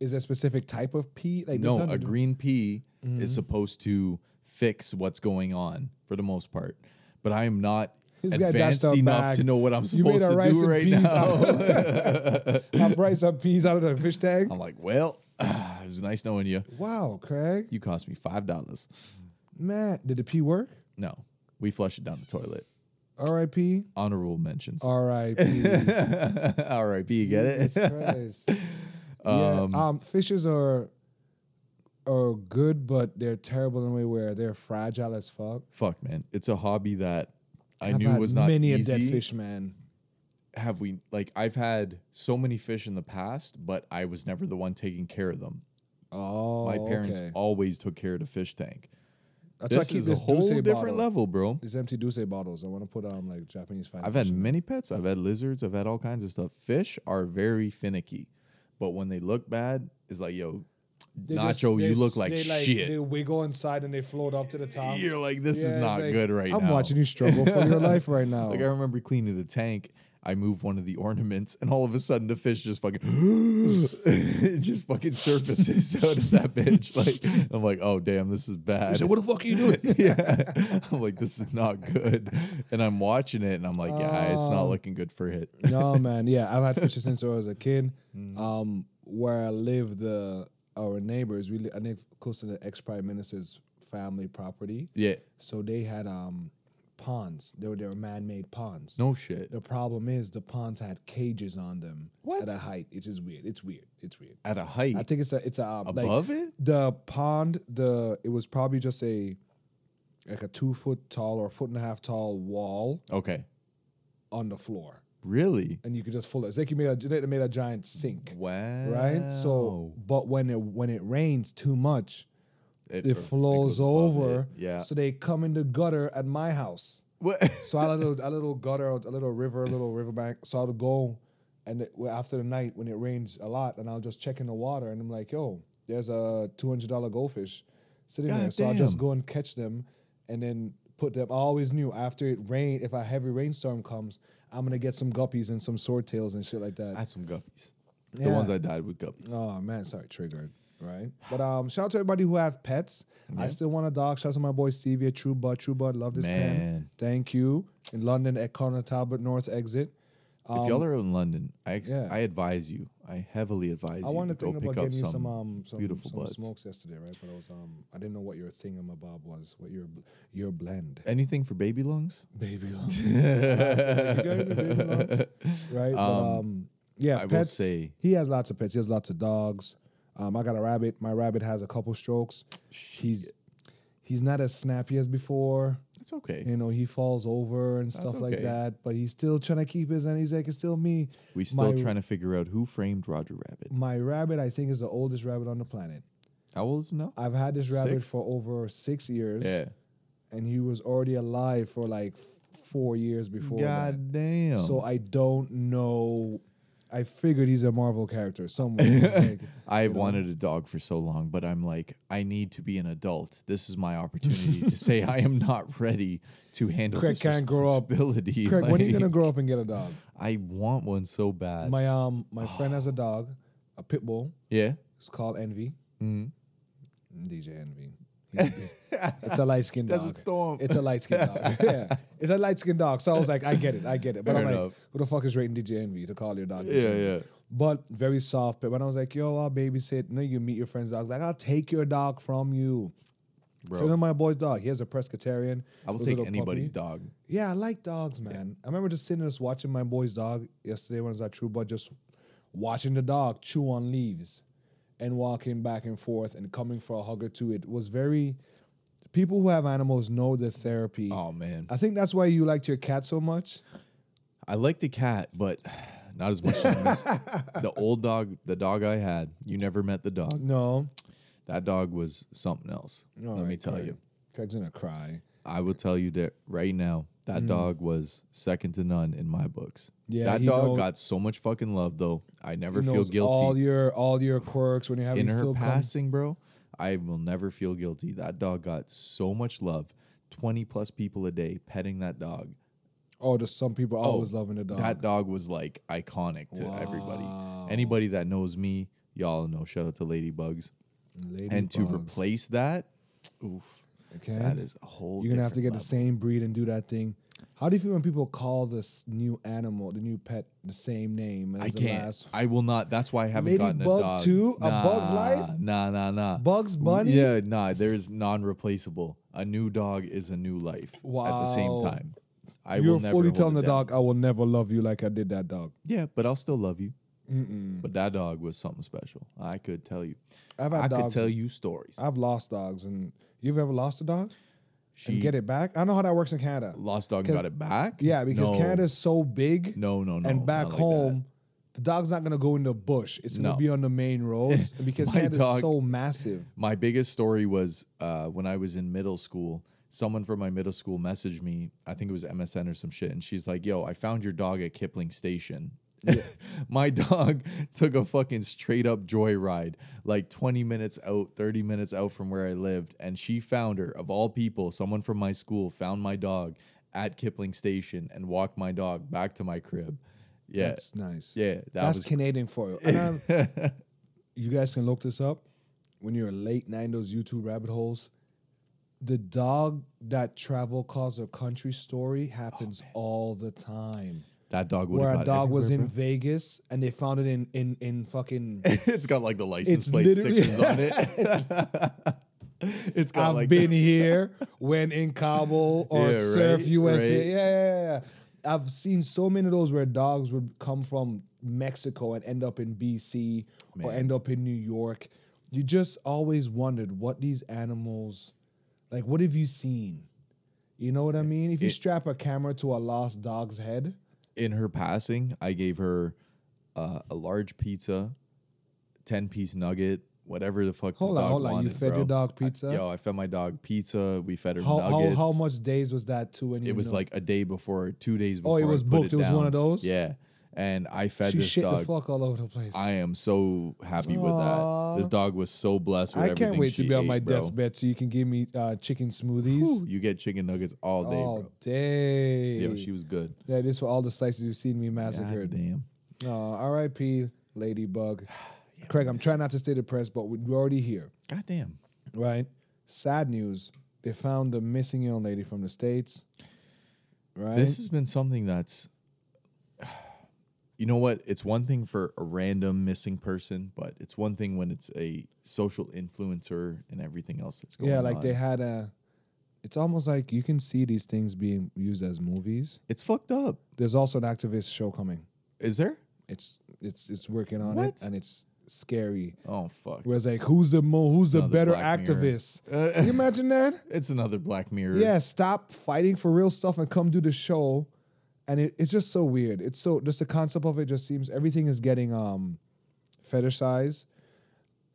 A: Is there a specific type of pee? Like
B: no,
A: there's
B: a
A: nothing to-
B: green pea
A: Mm-hmm.
B: is supposed to fix what's going on for the most part. But I am not
A: This guy dashed
B: advanced
A: out
B: enough
A: back.
B: to know what I'm
A: You made
B: supposed
A: a
B: to
A: rice
B: do
A: and
B: right
A: peas
B: now.
A: out. have rice and peas out of the fish tank.
B: I'm like, well, it was nice knowing you.
A: Wow, Craig.
B: You cost me five dollars.
A: Man, did the pee work?
B: No, we flushed it down the toilet.
A: R.I.P.
B: Honorable mentions.
A: Oh. R.I.P.
B: R.I.P. You get it?
A: Jesus Christ. yeah, um, fishes are are good, but they're terrible in a way where they're fragile as fuck.
B: Fuck, man. It's a hobby that I
A: I've
B: knew
A: had
B: was not
A: many
B: easy.
A: a dead fish, man.
B: have we like I've had so many fish in the past, but I was never the one taking care of them.
A: Oh,
B: My parents
A: okay.
B: always took care of the fish tank.
A: That's why I
B: This
A: keep
B: is a
A: this
B: whole
A: Douce
B: different
A: bottle.
B: level, bro.
A: These empty Douce bottles. I want to put um like Japanese. fine
B: I've had
A: fish in
B: many pets. I've had lizards. I've had all kinds of stuff. Fish are very finicky, but when they look bad, it's like, yo,
A: it. They just-
B: Nacho,
A: they
B: you
A: s-
B: look like
A: they, They
B: shit.
A: wiggle inside and they float up to the top.
B: You're like, this
A: Yeah,
B: is
A: it's
B: not
A: like,
B: good right
A: I'm
B: now.
A: watching you struggle for your life right now.
B: Like I remember cleaning the tank. I moved one of the ornaments, and all of a sudden the fish just fucking, it just fucking surfaces out of that bitch. Like I'm like, oh damn, this is bad.
A: "What the fuck are you doing?"
B: yeah, I'm like, this is not good. And I'm watching it, and I'm like, yeah, it's
A: Oh.
B: not looking good for it.
A: no, man. Yeah, I've had fishes since I was a kid.
B: Mm.
A: Um, where I lived, the our neighbors, we li- I live close to the ex prime minister's family property.
B: Yeah,
A: So they had um ponds. They were they were man made ponds.
B: no shit.
A: The problem is the ponds had cages on them
B: What?
A: at a height. It is weird. It's weird. It's weird.
B: At a height
A: I think it's a it's a um, like,
B: above it.
A: the pond the it was probably just a like a two foot tall or foot and a half tall wall
B: Okay,
A: on the floor
B: really?
A: and you could just fold it it's like you made a they made a giant sink
B: Wow.
A: right so but when it when it rains too much
B: it,
A: it
B: goes
A: flows
B: above
A: over
B: it. Yeah.
A: so they come in the gutter at my house
B: what?
A: so I had a little, a little gutter, a little river, a little riverbank. So I would go, and it, well, after the night when it rains a lot, and I'll just check in the water, and I'm like, yo, there's a two hundred dollar goldfish sitting there. So I just
B: Goddamn.
A: go and catch them, and then put them. I always knew after it rained, if a heavy rainstorm comes, I'm gonna get some guppies and some swordtails and shit like
B: I
A: that.
B: had some guppies. The
A: Yeah.
B: ones I died with guppies.
A: oh man, sorry, triggered. Right, but um, shout out to everybody who have pets. I still want a dog. Shout out to my boy Stevie at True Bud. True Bud, love this pen.
B: Man.
A: Thank you. In London at Connor Talbot North exit.
B: if y'all are in London, I ex-
A: Um, yeah.
B: I advise you. I heavily advise
A: I
B: you
A: wanted to
B: to go
A: think about
B: pick up
A: getting you
B: some,
A: some um some,
B: beautiful
A: some
B: buds.
A: smokes yesterday, right? But I was um I didn't know what your thingamabob was, what your bl- your blend,
B: Anything for baby lungs?
A: baby lunch. I asked him, like, "You got any baby lunch?" right? but, um yeah,
B: I will
A: pets.
B: say-
A: he has lots of pets. He has lots of dogs. Um, I got a rabbit. My rabbit has a couple strokes. He's he's not as snappy as before.
B: It's okay.
A: You know, he falls over and stuff like
B: okay.
A: that. But he's still trying to keep his, and he's like, it's still me.
B: We still
A: my-
B: trying to figure out who framed Roger Rabbit.
A: My rabbit, I think, is the oldest rabbit on the planet.
B: How old is he now?
A: I've had this rabbit
B: Six?
A: for over six years,
B: Yeah.
A: and he was already alive for like f- four years before. that.
B: God damn.
A: So I don't know. I figured he's a Marvel character somewhere. It's like,
B: I've wanted a dog for so long, but I'm like, I need to be an adult. This is my opportunity to say I am not ready to handle
A: Craig
B: this
A: can't grow up.
B: responsibility.
A: Craig, when are you gonna
B: Like,
A: grow up and get a dog?
B: I want one so bad.
A: My um, my friend has a dog, a pit bull.
B: yeah.
A: It's called Envy. DJ Envy. it's a light skinned
B: Mm-hmm. That's
A: dog.
B: a storm.
A: It's a light skinned dog. yeah. It's a light skinned dog. So I was like, I get it. I get it. But
B: Fair
A: I'm like,
B: enough.
A: who the fuck is rating DJ Envy to call your dog? DJ
B: Yeah,
A: Envy?
B: yeah.
A: But very soft. But when I was like, yo, I'll babysit. No, you meet your friend's dog. Like, I'll take your dog from you.
B: Bro.
A: So then my boy's dog, he has a Presbyterian.
B: I will
A: those
B: take
A: little puppies.
B: anybody's dog.
A: Yeah, I like dogs, man. I remember just sitting just watching my boy's dog yesterday when I was at True Bud, just watching the dog chew on leaves and walking back and forth and coming for a hug or two. It was very. People who have animals know the therapy.
B: Oh man.
A: I think that's why you liked your cat so much.
B: I like the cat, but not as much. as I miss the old dog, the dog I had, you never met the dog.
A: No,
B: That dog was something else.
A: All
B: Let me
A: right,
B: tell
A: Craig.
B: you.
A: Craig's gonna cry.
B: I will tell you that right now. That dog was second to none in my books.
A: Mm. Yeah,
B: that
A: he
B: dog
A: knows-
B: got so much fucking love though. I never
A: He
B: feel
A: knows All
B: guilty
A: your all your quirks when you're having
B: in her
A: still come-
B: passing, bro. I will never feel guilty. That dog got so much love. Twenty plus people a day petting that dog.
A: Oh, just some people always loving the dog.
B: That dog was like iconic to
A: Wow.
B: everybody. Anybody that knows me, y'all know. Shout out to Ladybugs. and to
A: Ladybugs.
B: replace that, oof,
A: okay,
B: that is a whole.
A: you're gonna have to get
B: different
A: the same breed and do that thing. How do you feel when people call this new animal, the new pet, the same name as
B: level. I
A: the
B: can't.
A: last?
B: I will not. That's why I haven't gotten a
A: Ladybug
B: dog.
A: two? A Bug's Life?
B: Nah, nah, nah.
A: Bugs Bunny?
B: Yeah, nah. There's non-replaceable. A new dog is a new life. At the
A: Wow.
B: same time, I
A: you're
B: will never
A: fully
B: hold
A: telling
B: it
A: the
B: down.
A: dog, "I will never love you like I did that dog."
B: Yeah, but I'll still love you. But that dog was something special. I could tell you.
A: I've had
B: I could
A: dogs.
B: tell you stories.
A: I've lost dogs, and you've ever lost a dog
B: she
A: and get it back? I know how that works in Canada.
B: lost dog
A: 'Cause-
B: and got it back.
A: Yeah, because
B: no.
A: Canada's so big.
B: No, no, no.
A: and back
B: not like that.
A: home, the dog's not gonna go in the bush. It's gonna
B: No.
A: be on the main roads and because
B: My
A: Canada's
B: dog-
A: so massive.
B: my biggest story was uh, when I was in middle school. Someone from my middle school messaged me. I think it was MSN or some shit, and she's like, "Yo, I found your dog at Kipling Station." my dog took a fucking straight up joyride, like 20 minutes out, 30 minutes out from where I lived, and she found her. Of all people, someone from my school found my dog at Kipling Station and walked my dog back to my crib. Yeah,
A: That's nice.
B: yeah, that
A: That's
B: was
A: Canadian for you. And I'm, you guys can look this up. When you're late nine, those YouTube rabbit holes, the dog that travel calls a country story happens all the time.
B: that dog. would've
A: Where a
B: got
A: dog was in
B: everywhere,
A: Vegas and they found it in in in fucking.
B: bro. it's got like the
A: It's
B: license plate
A: literally-
B: stickers on it. It's got
A: I've
B: like
A: been here when in Kabul or
B: Yeah,
A: Surf
B: right,
A: USA.
B: right.
A: Yeah, yeah, yeah. I've seen so many of those where dogs would come from Mexico and end up in BC or end up in New York. You just always wondered what these animals, like, what have you seen? You know what I mean? If you
B: It-
A: strap a camera to a lost dog's head,
B: in her passing, I gave her uh, a large pizza, ten piece nugget, whatever the fuck. this
A: Hold on,
B: dog
A: hold on. You
B: wanted,
A: fed your
B: bro.
A: dog
B: I-
A: pizza?
B: yo, I fed my dog pizza. We fed her
A: how, how,
B: nuggets.
A: how much days was that to? And
B: It was like a day before, two days before.
A: Oh, it
B: I
A: was
B: put
A: booked. It was one
B: down.
A: of those?
B: Yeah, and I fed
A: she
B: this
A: shit
B: dog.
A: the fuck all over the place. I,
B: I am so happy with that.
A: Aw.
B: This dog was so blessed. With
A: can't
B: everything
A: wait to
B: she
A: be on
B: ate,
A: my
B: bro.
A: deathbed so you can give me uh, chicken smoothies.
B: Whew, You get chicken nuggets all day,
A: all
B: bro.
A: day.
B: Yo, she was good.
A: Oh, yeah, this for all the slices you've seen me massacred.
B: damn.
A: No, R.I.P. Ladybug. Craig, I'm trying not to stay depressed, but we- we're already here,
B: God damn.
A: right? Sad news: they found the missing young lady from the states. Right?
B: This has been something that's, you know what? It's one thing for a random missing person, but it's one thing when it's a social influencer and everything else that's going on.
A: yeah, like they had a. It's almost like you can see these things being used as movies.
B: It's fucked up.
A: There's also an activist show coming.
B: Is there?
A: It's it's it's working on it,
B: What?
A: and it's scary.
B: Oh fuck!
A: Where it's like, who's the mo? Who's the
B: Another
A: better
B: Black Mirror.
A: activist?
B: Uh,
A: Can you imagine that?
B: It's another Black Mirror.
A: Yeah, stop fighting for real stuff and come do the show. And it, it's just so weird. It's so just the concept of it just seems everything is getting um fetishized.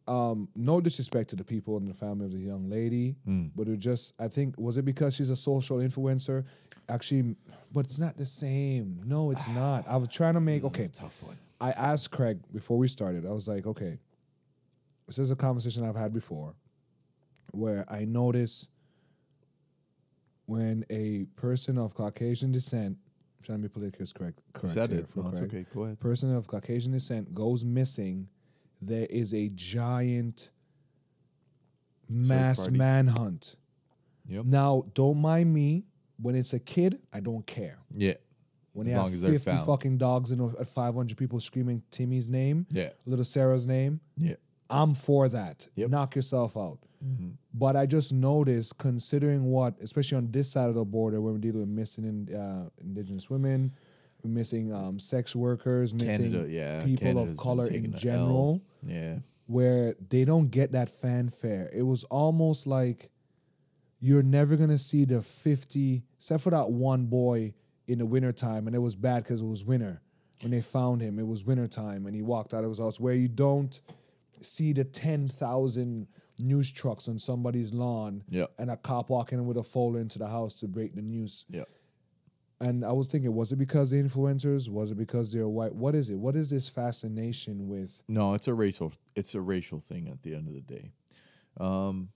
A: Um, no disrespect to the people in the family of the young lady, but it just I think was it because she's a social influencer? Actually, but it's not the same. No, it's not. I was trying to make okay.
B: tough one.
A: I asked Craig before we started, I was like, okay, this is a conversation I've had before where I notice when a person of Caucasian descent, I'm trying to be politically correct, correct
B: Said
A: here
B: it.
A: for
B: No, it's
A: Craig,
B: okay. Go ahead.
A: person of Caucasian descent goes missing, there is a giant mass
B: party.
A: manhunt.
B: Yep.
A: Now, don't mind me, when it's a kid, I don't care
B: Yeah.
A: when
B: As
A: they
B: long
A: have
B: as they're
A: 50
B: found.
A: fucking dogs and uh, 500 people screaming Timmy's name,
B: Yeah.
A: little Sarah's name,
B: Yeah.
A: I'm for that.
B: Yep. Mm-hmm.
A: Knock yourself out. But I just noticed, considering what, especially on this side of the border, where we're dealing with missing in, uh, indigenous women, missing um, sex workers, missing
B: Canada. Yeah.
A: people
B: Canada's been
A: of color
B: taking
A: in
B: a L.
A: general
B: Yeah.
A: where they don't get that fanfare. It was almost like you're never gonna see the 50, except for that one boy in the wintertime, and it was bad because it was winter. When they found him, it was wintertime and he walked out of his house where you don't see the 10,000 news trucks on somebody's lawn
B: Yep.
A: and a cop walking in with a folder into the house to break the news.
B: Yep.
A: And I was thinking, was it because the influencers? Was it because they're white? What is it? What is this fascination with?
B: No, it's a racial it's a racial thing at the end of the day. Um,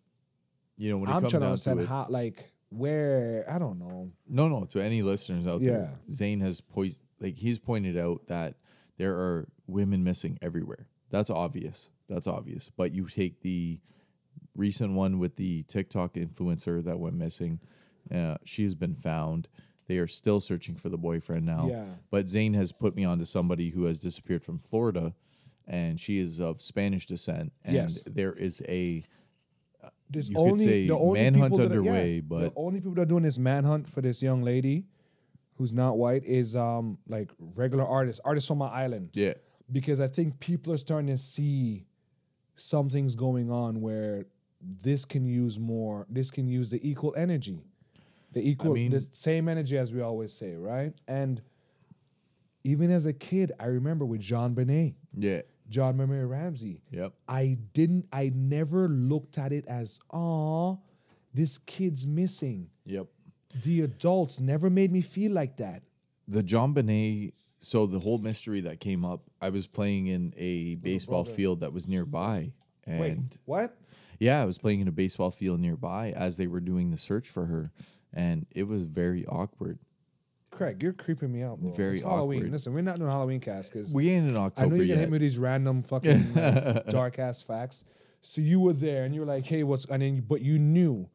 B: you know, when it
A: I'm
B: comes
A: trying to
B: down
A: understand
B: to it,
A: how, like, where I don't know.
B: no, no, to any listeners out there,
A: Yeah.
B: Zane has poised like he's pointed out that there are women missing everywhere. That's obvious. That's obvious. But you take the recent one with the TikTok influencer that went missing. Uh, she's been found. They are still searching for the boyfriend now.
A: Yeah.
B: But Zane has put me onto somebody who has disappeared from Florida, and she is of Spanish descent. And
A: Yes.
B: there is a
A: There's
B: You could
A: only
B: say
A: the only
B: manhunt
A: people that are-
B: underway,
A: yeah,
B: but-
A: the only people that are doing this manhunt for this young lady, who's not white, is um like regular artists, artists on my island.
B: yeah
A: because I think people are starting to see something's going on where this can use more. This can use the equal energy, the equal,
B: mean-
A: the same energy as we always say, right? And even as a kid, I remember with John Benet,
B: yeah
A: John Murray Ramsey.
B: yep
A: I didn't. I never looked at it as, "Aw, this kid's missing."
B: yep.
A: The adults never made me feel like that.
B: the John Bonet. So the whole mystery that came up, I was playing in a baseball field that was nearby, and
A: Wait, what?
B: yeah, I was playing in a baseball field nearby as they were doing the search for her, and it was very awkward.
A: Craig, you're creeping me out, bro.
B: Very
A: it's Halloween.
B: awkward.
A: Listen, we're not doing Halloween cast because
B: We ain't in
A: I know
B: October
A: you're gonna hit
B: yet.
A: me with these random fucking like, dark ass facts. So you were there and you were like, hey, what's and then but you knew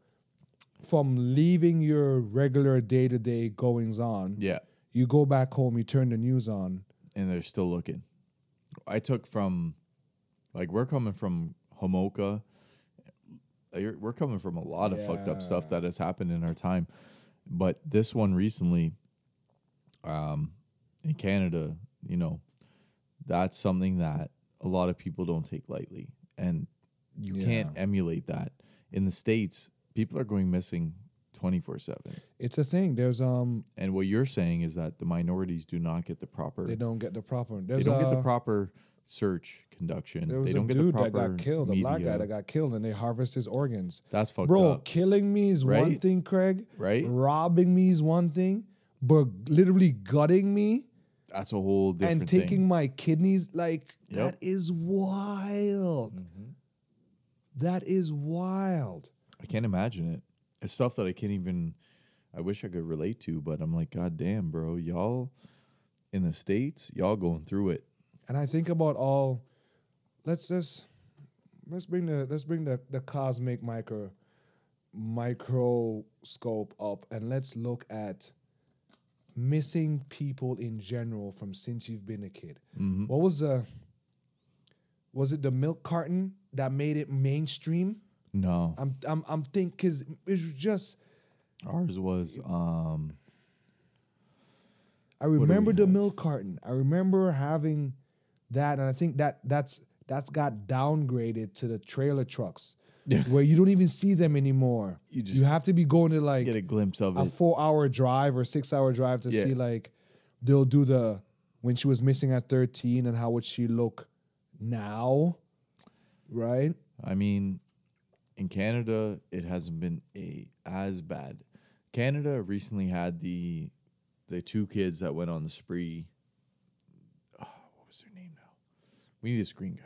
A: from leaving your regular day to day goings on,
B: yeah,
A: you go back home, you turn the news on.
B: and they're still looking. I took from, like, we're coming from Homoka. You're- We're coming from a lot of fucked up stuff that has happened in our time, but this one recently, um, in Canada, you know, that's something that a lot of people don't take lightly, and you
A: Yeah.
B: can't emulate that. In the states, people are going missing twenty four seven,
A: It's a thing. There's um
B: and what you're saying is that the minorities do not get the proper
A: they don't get the proper
B: they
A: there's
B: don't get
A: a-
B: the proper search conduction.
A: there was
B: They don't
A: a
B: get the
A: dude
B: proper
A: that got killed,
B: media.
A: a black guy that got killed and they harvest his organs.
B: That's fucked
A: Bro,
B: up,
A: killing me is one
B: Right?
A: thing, Craig.
B: right?
A: Robbing me is one thing, but literally gutting me
B: That's a whole different
A: and taking
B: thing.
A: my kidneys like
B: Yep.
A: that is wild.
B: Mm-hmm.
A: That is wild.
B: I can't imagine it. It's stuff that I can't even. I wish I could relate to, but I'm like, God damn, bro, y'all in the states, y'all going through it.
A: And I think about all let's just let's bring the let's bring the, the cosmic micro microscope up and let's look at missing people in general from since you've been a kid.
B: Mhm.
A: What was the was it the milk carton that made it mainstream?
B: No,
A: I'm I'm I'm think cause it's just
B: ours was. um
A: I remember
B: we
A: the
B: have?
A: milk carton. I remember having that, and I think that that's that's got downgraded to the trailer trucks,
B: Yeah.
A: where you don't even see them anymore.
B: You
A: You,
B: just
A: have to be going to like
B: Get a glimpse of
A: a
B: it.
A: four-hour drive or six-hour drive to
B: Yeah.
A: see like they'll do the when she was missing at thirteen and how would she look now, right?
B: I mean, in Canada, it hasn't been a as bad. Canada recently had the the two kids that went on the spree. Ah, what was their name now? We need a screen guy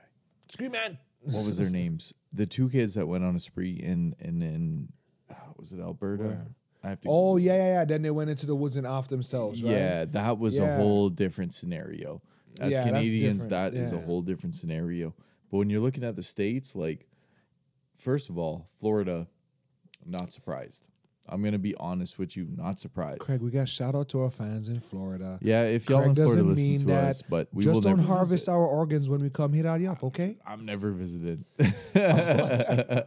A: Scream man.
B: what was their names? The two kids that went on a spree in in in uh, was it Alberta? I have to.
A: Oh yeah, yeah, yeah. Then they went into the woods and off themselves, right?
B: yeah, that was a
A: Yeah.
B: whole different scenario. As
A: Yeah, that's
B: Canadians,
A: different,
B: that is a
A: yeah.
B: whole different scenario. But when you're looking at the states, like first of all, Florida, not surprised. I'm gonna be honest with you, not surprised.
A: Craig, we got shout out to our fans in Florida.
B: yeah, if y'all
A: Craig
B: in Florida
A: doesn't
B: listen
A: mean
B: to
A: that.
B: us, but we
A: Just
B: will
A: don't
B: never
A: harvest
B: visit.
A: our organs when we come hit out up, okay?
B: I'm never visited.
A: Oh,
B: I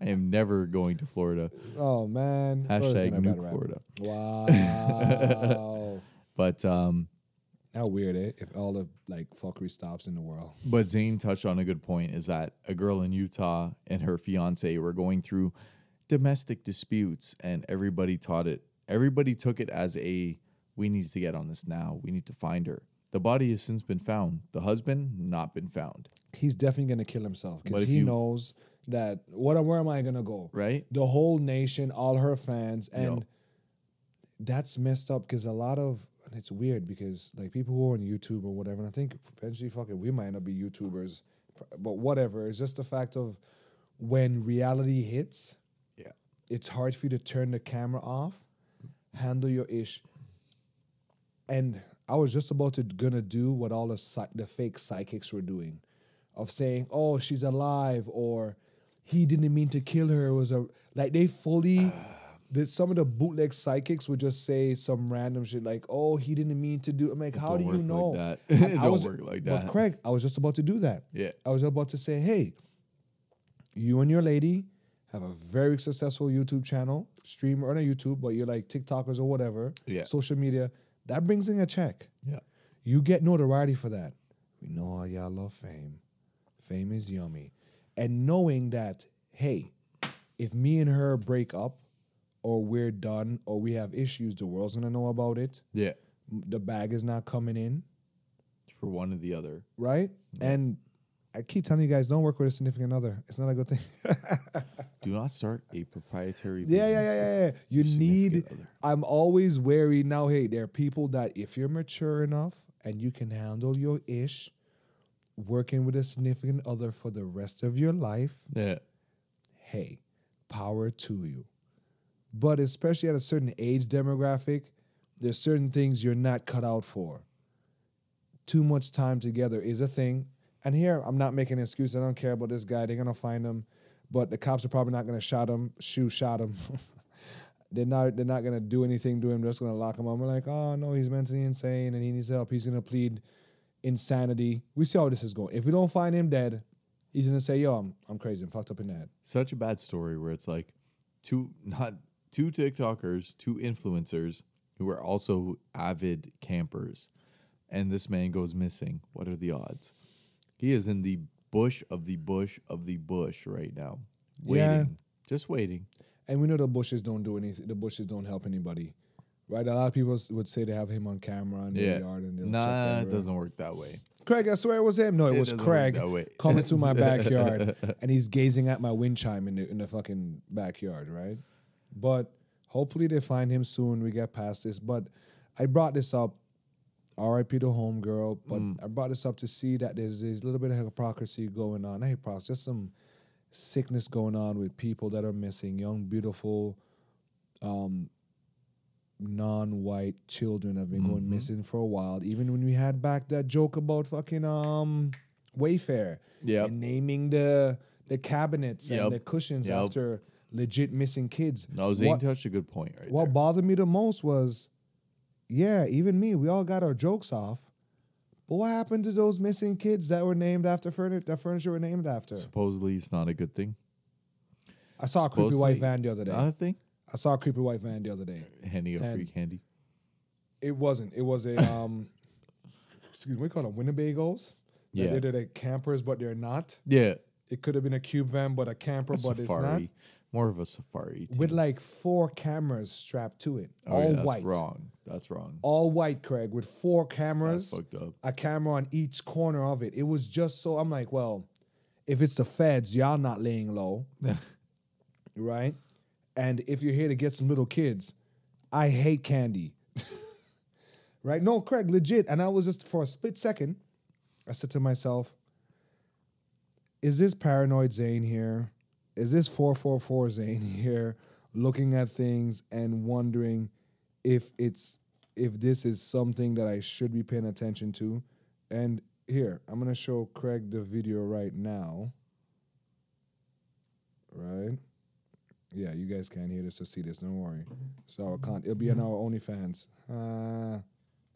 B: am never going to Florida.
A: Oh man. Florida's
B: Hashtag
A: getting a bad
B: nuke
A: rap.
B: Florida.
A: Wow.
B: But um,
A: How weird it if all the like fuckery stops in the world.
B: but Zane touched on a good point is that a girl in Utah and her fiance were going through domestic disputes, and everybody taught it. Everybody took it as a we need to get on this now. We need to find her. The body has since been found. The husband not been found.
A: He's definitely gonna kill himself
B: But
A: because
B: if
A: he
B: you-
A: knows that what where am I gonna go?
B: Right?
A: The whole nation, all her fans, and that's messed up because a lot of and it's weird because like people who are on YouTube or whatever, and I think eventually, fuck it, we might not be YouTubers, but whatever. It's just the fact of when reality hits,
B: Yeah.
A: it's hard for you to turn the camera off, handle your ish, and I was just about to gonna do what all the psy- the fake psychics were doing, of saying, "Oh, she's alive," or "He didn't mean to kill her." It was a like they fully.
B: Ah.
A: That some of the bootleg psychics would just say some random shit like, "Oh, he didn't mean to do." I'm like, "How
B: don't
A: do
B: work
A: you
B: like
A: know?"
B: that.
A: And
B: It
A: I
B: don't work like
A: but
B: that.
A: Craig, I was just about to do that.
B: Yeah.
A: I was about to say, "Hey, you and your lady have a very successful YouTube channel, stream or not YouTube, but you're like TikTokers or whatever,
B: Yeah.
A: social media. That brings in a check.
B: Yeah.
A: You get notoriety for that. We know how y'all love fame. Fame is yummy. And knowing that, hey, if me and her break up or we're done or we have issues, the world's gonna know about it.
B: Yeah.
A: M- The bag is not coming in,
B: For one or the other.
A: right? And I keep telling you guys, don't work with a significant other. It's not a good thing.
B: Do not start a proprietary
A: Yeah, yeah,
B: business
A: yeah,
B: with
A: yeah, yeah. You
B: your
A: need.
B: significant other.
A: I'm always wary now. Hey, there are people that if you're mature enough and you can handle your ish, working with a significant other for the rest of your life,
B: Yeah.
A: hey, power to you. But especially at a certain age demographic, there's certain things you're not cut out for. Too much time together is a thing. And here, I'm not making an excuse. I don't care about this guy. They're gonna find him, but the cops are probably not gonna shot him. Shoot, shot him. they're not. They're not gonna do anything to him. They're just gonna lock him up. We're like, oh no, he's mentally insane and he needs help. He's gonna plead insanity. We see how this is going. If we don't find him dead, he's gonna say, yo, I'm, I'm crazy. I'm fucked up in the head.
B: Such a bad story where it's like two not two TikTokers, two influencers who are also avid campers, and this man goes missing. What are the odds? He is in the bush of the bush of the bush right now. Waiting.
A: Yeah.
B: Just waiting.
A: And we know the bushes don't do anything. The bushes don't help anybody, right? A lot of people s- would say they have him on camera in
B: Yeah.
A: their yard, and they'll check
B: Nah, it
A: everywhere.
B: doesn't work that way.
A: Craig, I swear it was him. No, it,
B: It
A: was
B: doesn't work
A: Craig
B: that way.
A: coming to my backyard, and he's gazing at my wind chime in the in the fucking backyard, right? But hopefully they find him soon. We get past this. But I brought this up. R.I.P. to homegirl, but
B: Mm.
A: I brought this up to see that there's there's a little bit of hypocrisy going on. Hey, hypocrisy, just some sickness going on with people that are missing, young, beautiful, um, non-white children have been
B: Mm-hmm.
A: going missing for a while. Even when we had back that joke about fucking um Wayfair,
B: Yep.
A: and naming the the cabinets
B: Yep.
A: and the cushions
B: Yep.
A: after legit missing kids.
B: No, Zane
A: what,
B: touched a good point right
A: what
B: there.
A: bothered me the most was, yeah, even me, we all got our jokes off. But what happened to those missing kids that were named after furniture? That furniture were named after.
B: Supposedly it's not a good thing.
A: I saw a creepy white
B: Supposedly
A: van the other
B: it's
A: day.
B: Not a thing.
A: I saw a creepy white van the other day.
B: Handing out
A: And-
B: free candy.
A: It wasn't. It was a um, excuse me, we call them Winnebagos. Like,
B: Yeah.
A: they're, they're campers, but they're not.
B: Yeah.
A: It could have been a cube van, but a camper,
B: a
A: but it's not.
B: safari. More of a safari. team.
A: With like four cameras strapped to it,
B: Oh, yeah,
A: all
B: that's
A: white,
B: Wrong. That's wrong.
A: all white, Craig, with four
B: That's
A: cameras,
B: fucked up.
A: a camera on each corner of it. It was just so. I'm like, well, if it's the feds, y'all not laying low, right? And if you're here to get some little kids, I hate candy. right? No, Craig, legit. And I was just for a split second, I said to myself, is this paranoid Zane here? Is this 444 Zane here looking at things and wondering if it's if this is something that I should be paying attention to? And here, I'm gonna show Craig the video right now. Right? Yeah, you guys can't hear this or see this. Don't worry. So our con- it'll be on our OnlyFans. Uh,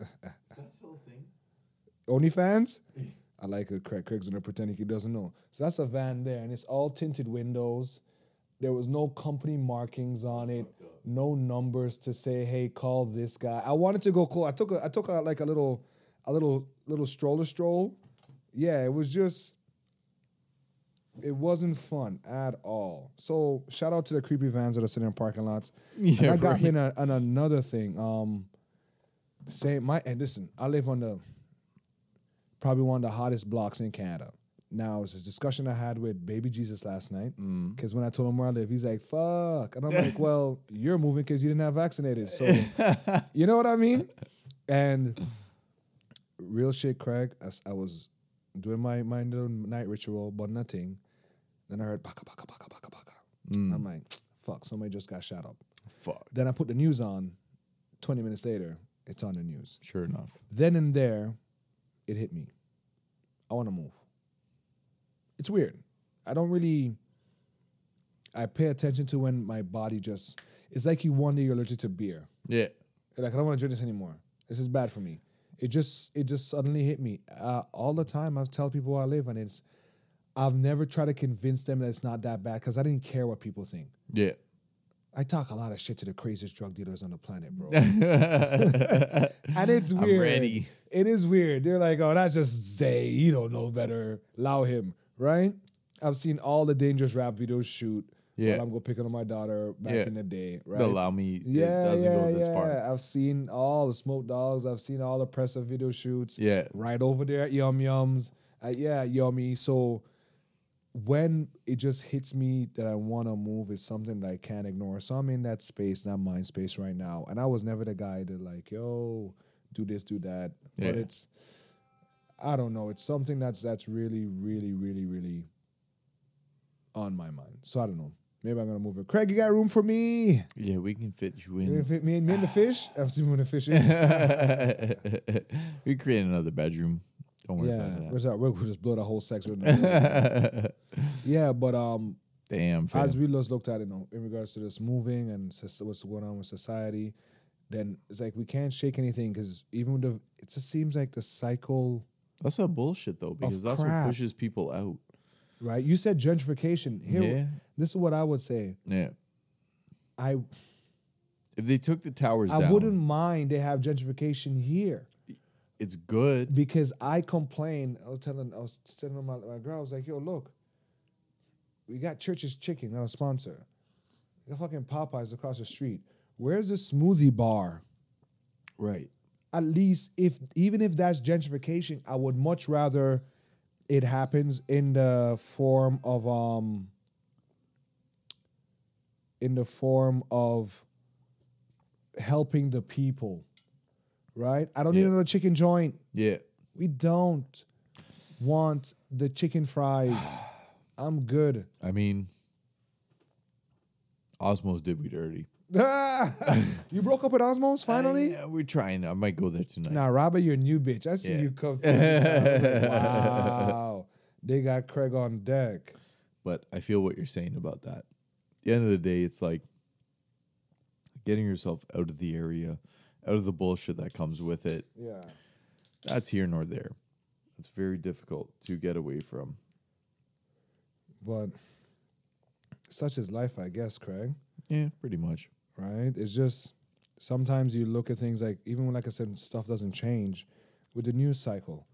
B: Is that still a thing?
A: OnlyFans? I like it. Craig Craig's gonna pretend he doesn't know. So that's a van there, and it's all tinted windows. There was no company markings on it, no numbers to say, "Hey, call this guy." I wanted to go call. I took a, I took a, like a little, a little, little stroller stroll. Yeah, it was just, it wasn't fun at all. So shout out to the creepy vans that are sitting in parking lots. and
B: Yeah,
A: I got me in
B: right.
A: a, on another thing. Um, say my and listen, I live on the probably one of the hottest blocks in Canada. Now it's this discussion I had with Baby Jesus last night.
B: Mm.
A: Because when I told him where I live, he's like, "Fuck," and I'm like, "Well, you're moving because you didn't have vaccinated." So you know what I mean? And real shit, Craig. As I was doing my my little night ritual, but nothing. Then I heard baka baka baka baka baka. I'm like, "Fuck!" Somebody just got shot up.
B: Fuck.
A: Then I put the news on. Twenty minutes later, it's on the news.
B: Sure enough.
A: Then and there, it hit me. I want to move. It's weird. I don't really. I pay attention to when my body just. It's like you one day you're allergic to beer.
B: Yeah.
A: You're like I don't want to drink this anymore. This is bad for me. It just it just suddenly hit me. Uh, all the time I tell people where I live and it's. I've never tried to convince them that it's not that bad because I didn't care what people think.
B: Yeah.
A: I talk a lot of shit to the craziest drug dealers on the planet, bro.
B: and
A: and it's
B: I'm
A: weird.
B: ready.
A: It is weird. They're like, oh, that's just Zay. You don't know better. Allow him, right? I've seen all the dangerous rap videos shoot.
B: Yeah.
A: while I'm go picking on my daughter back
B: Yeah.
A: in the day, right?
B: Allow me.
A: yeah,
B: it doesn't
A: yeah,
B: go this
A: yeah.
B: far.
A: I've seen all the smoke dogs. I've seen all the presser video shoots.
B: Yeah.
A: Right over there at Yum Yums. Uh, yeah, yummy. So when it just hits me that I want to move is something that I can't ignore. So I'm in that space, that mind space right now. And I was never the guy to like, yo, do this, do that. But
B: Yeah.
A: it's, I don't know. It's something that's that's really, really, really, really on my mind. So I don't know. Maybe I'm gonna move it. Craig, you got room for me?
B: Yeah, we can fit you
A: You gonna
B: in.
A: fit me and me and the fish? I'm seeing where the fish is.
B: we create another bedroom. Don't worry
A: yeah,
B: about
A: what's that? We'll just blow the whole sex with
B: that.
A: Yeah, but um,
B: Damn.
A: as
B: Fam.
A: we just looked at it, you know, in regards to this moving and soc- what's going on with society, then it's like we can't shake anything because even with the it just seems like the cycle,
B: That's a bullshit though, because that's
A: crap.
B: what pushes people out.
A: right? You said gentrification. Here,
B: yeah.
A: this is what I would say.
B: Yeah.
A: I
B: If they took the towers
A: I
B: down,
A: wouldn't mind they have gentrification here
B: it's good.
A: because I complain. I was telling I was telling my, my girl, I was like, "Yo, look, we got Church's Chicken, not a sponsor. We got fucking Popeyes across the street. Where's the smoothie bar?"
B: Right.
A: at least if even if that's gentrification, I would much rather it happens in the form of um in the form of helping the people. Right? I don't need
B: Yeah.
A: another chicken joint.
B: Yeah.
A: We don't want the chicken fries. I'm good.
B: I mean, Osmos did we dirty.
A: you broke up with Osmos finally?
B: I- we're trying. I might go there tonight.
A: Nah, Robert, you're a new bitch. I see
B: Yeah.
A: you come through. I was like, wow. They got Craig on deck.
B: But I feel what you're saying about that. At the end of the day, it's like getting yourself out of the area, out of the bullshit that comes with it.
A: Yeah.
B: That's here nor there. It's very difficult to get away from.
A: But such is life, I guess, Craig.
B: Yeah, pretty much.
A: Right? It's just sometimes you look at things like even when like I said, stuff doesn't change with the news cycle.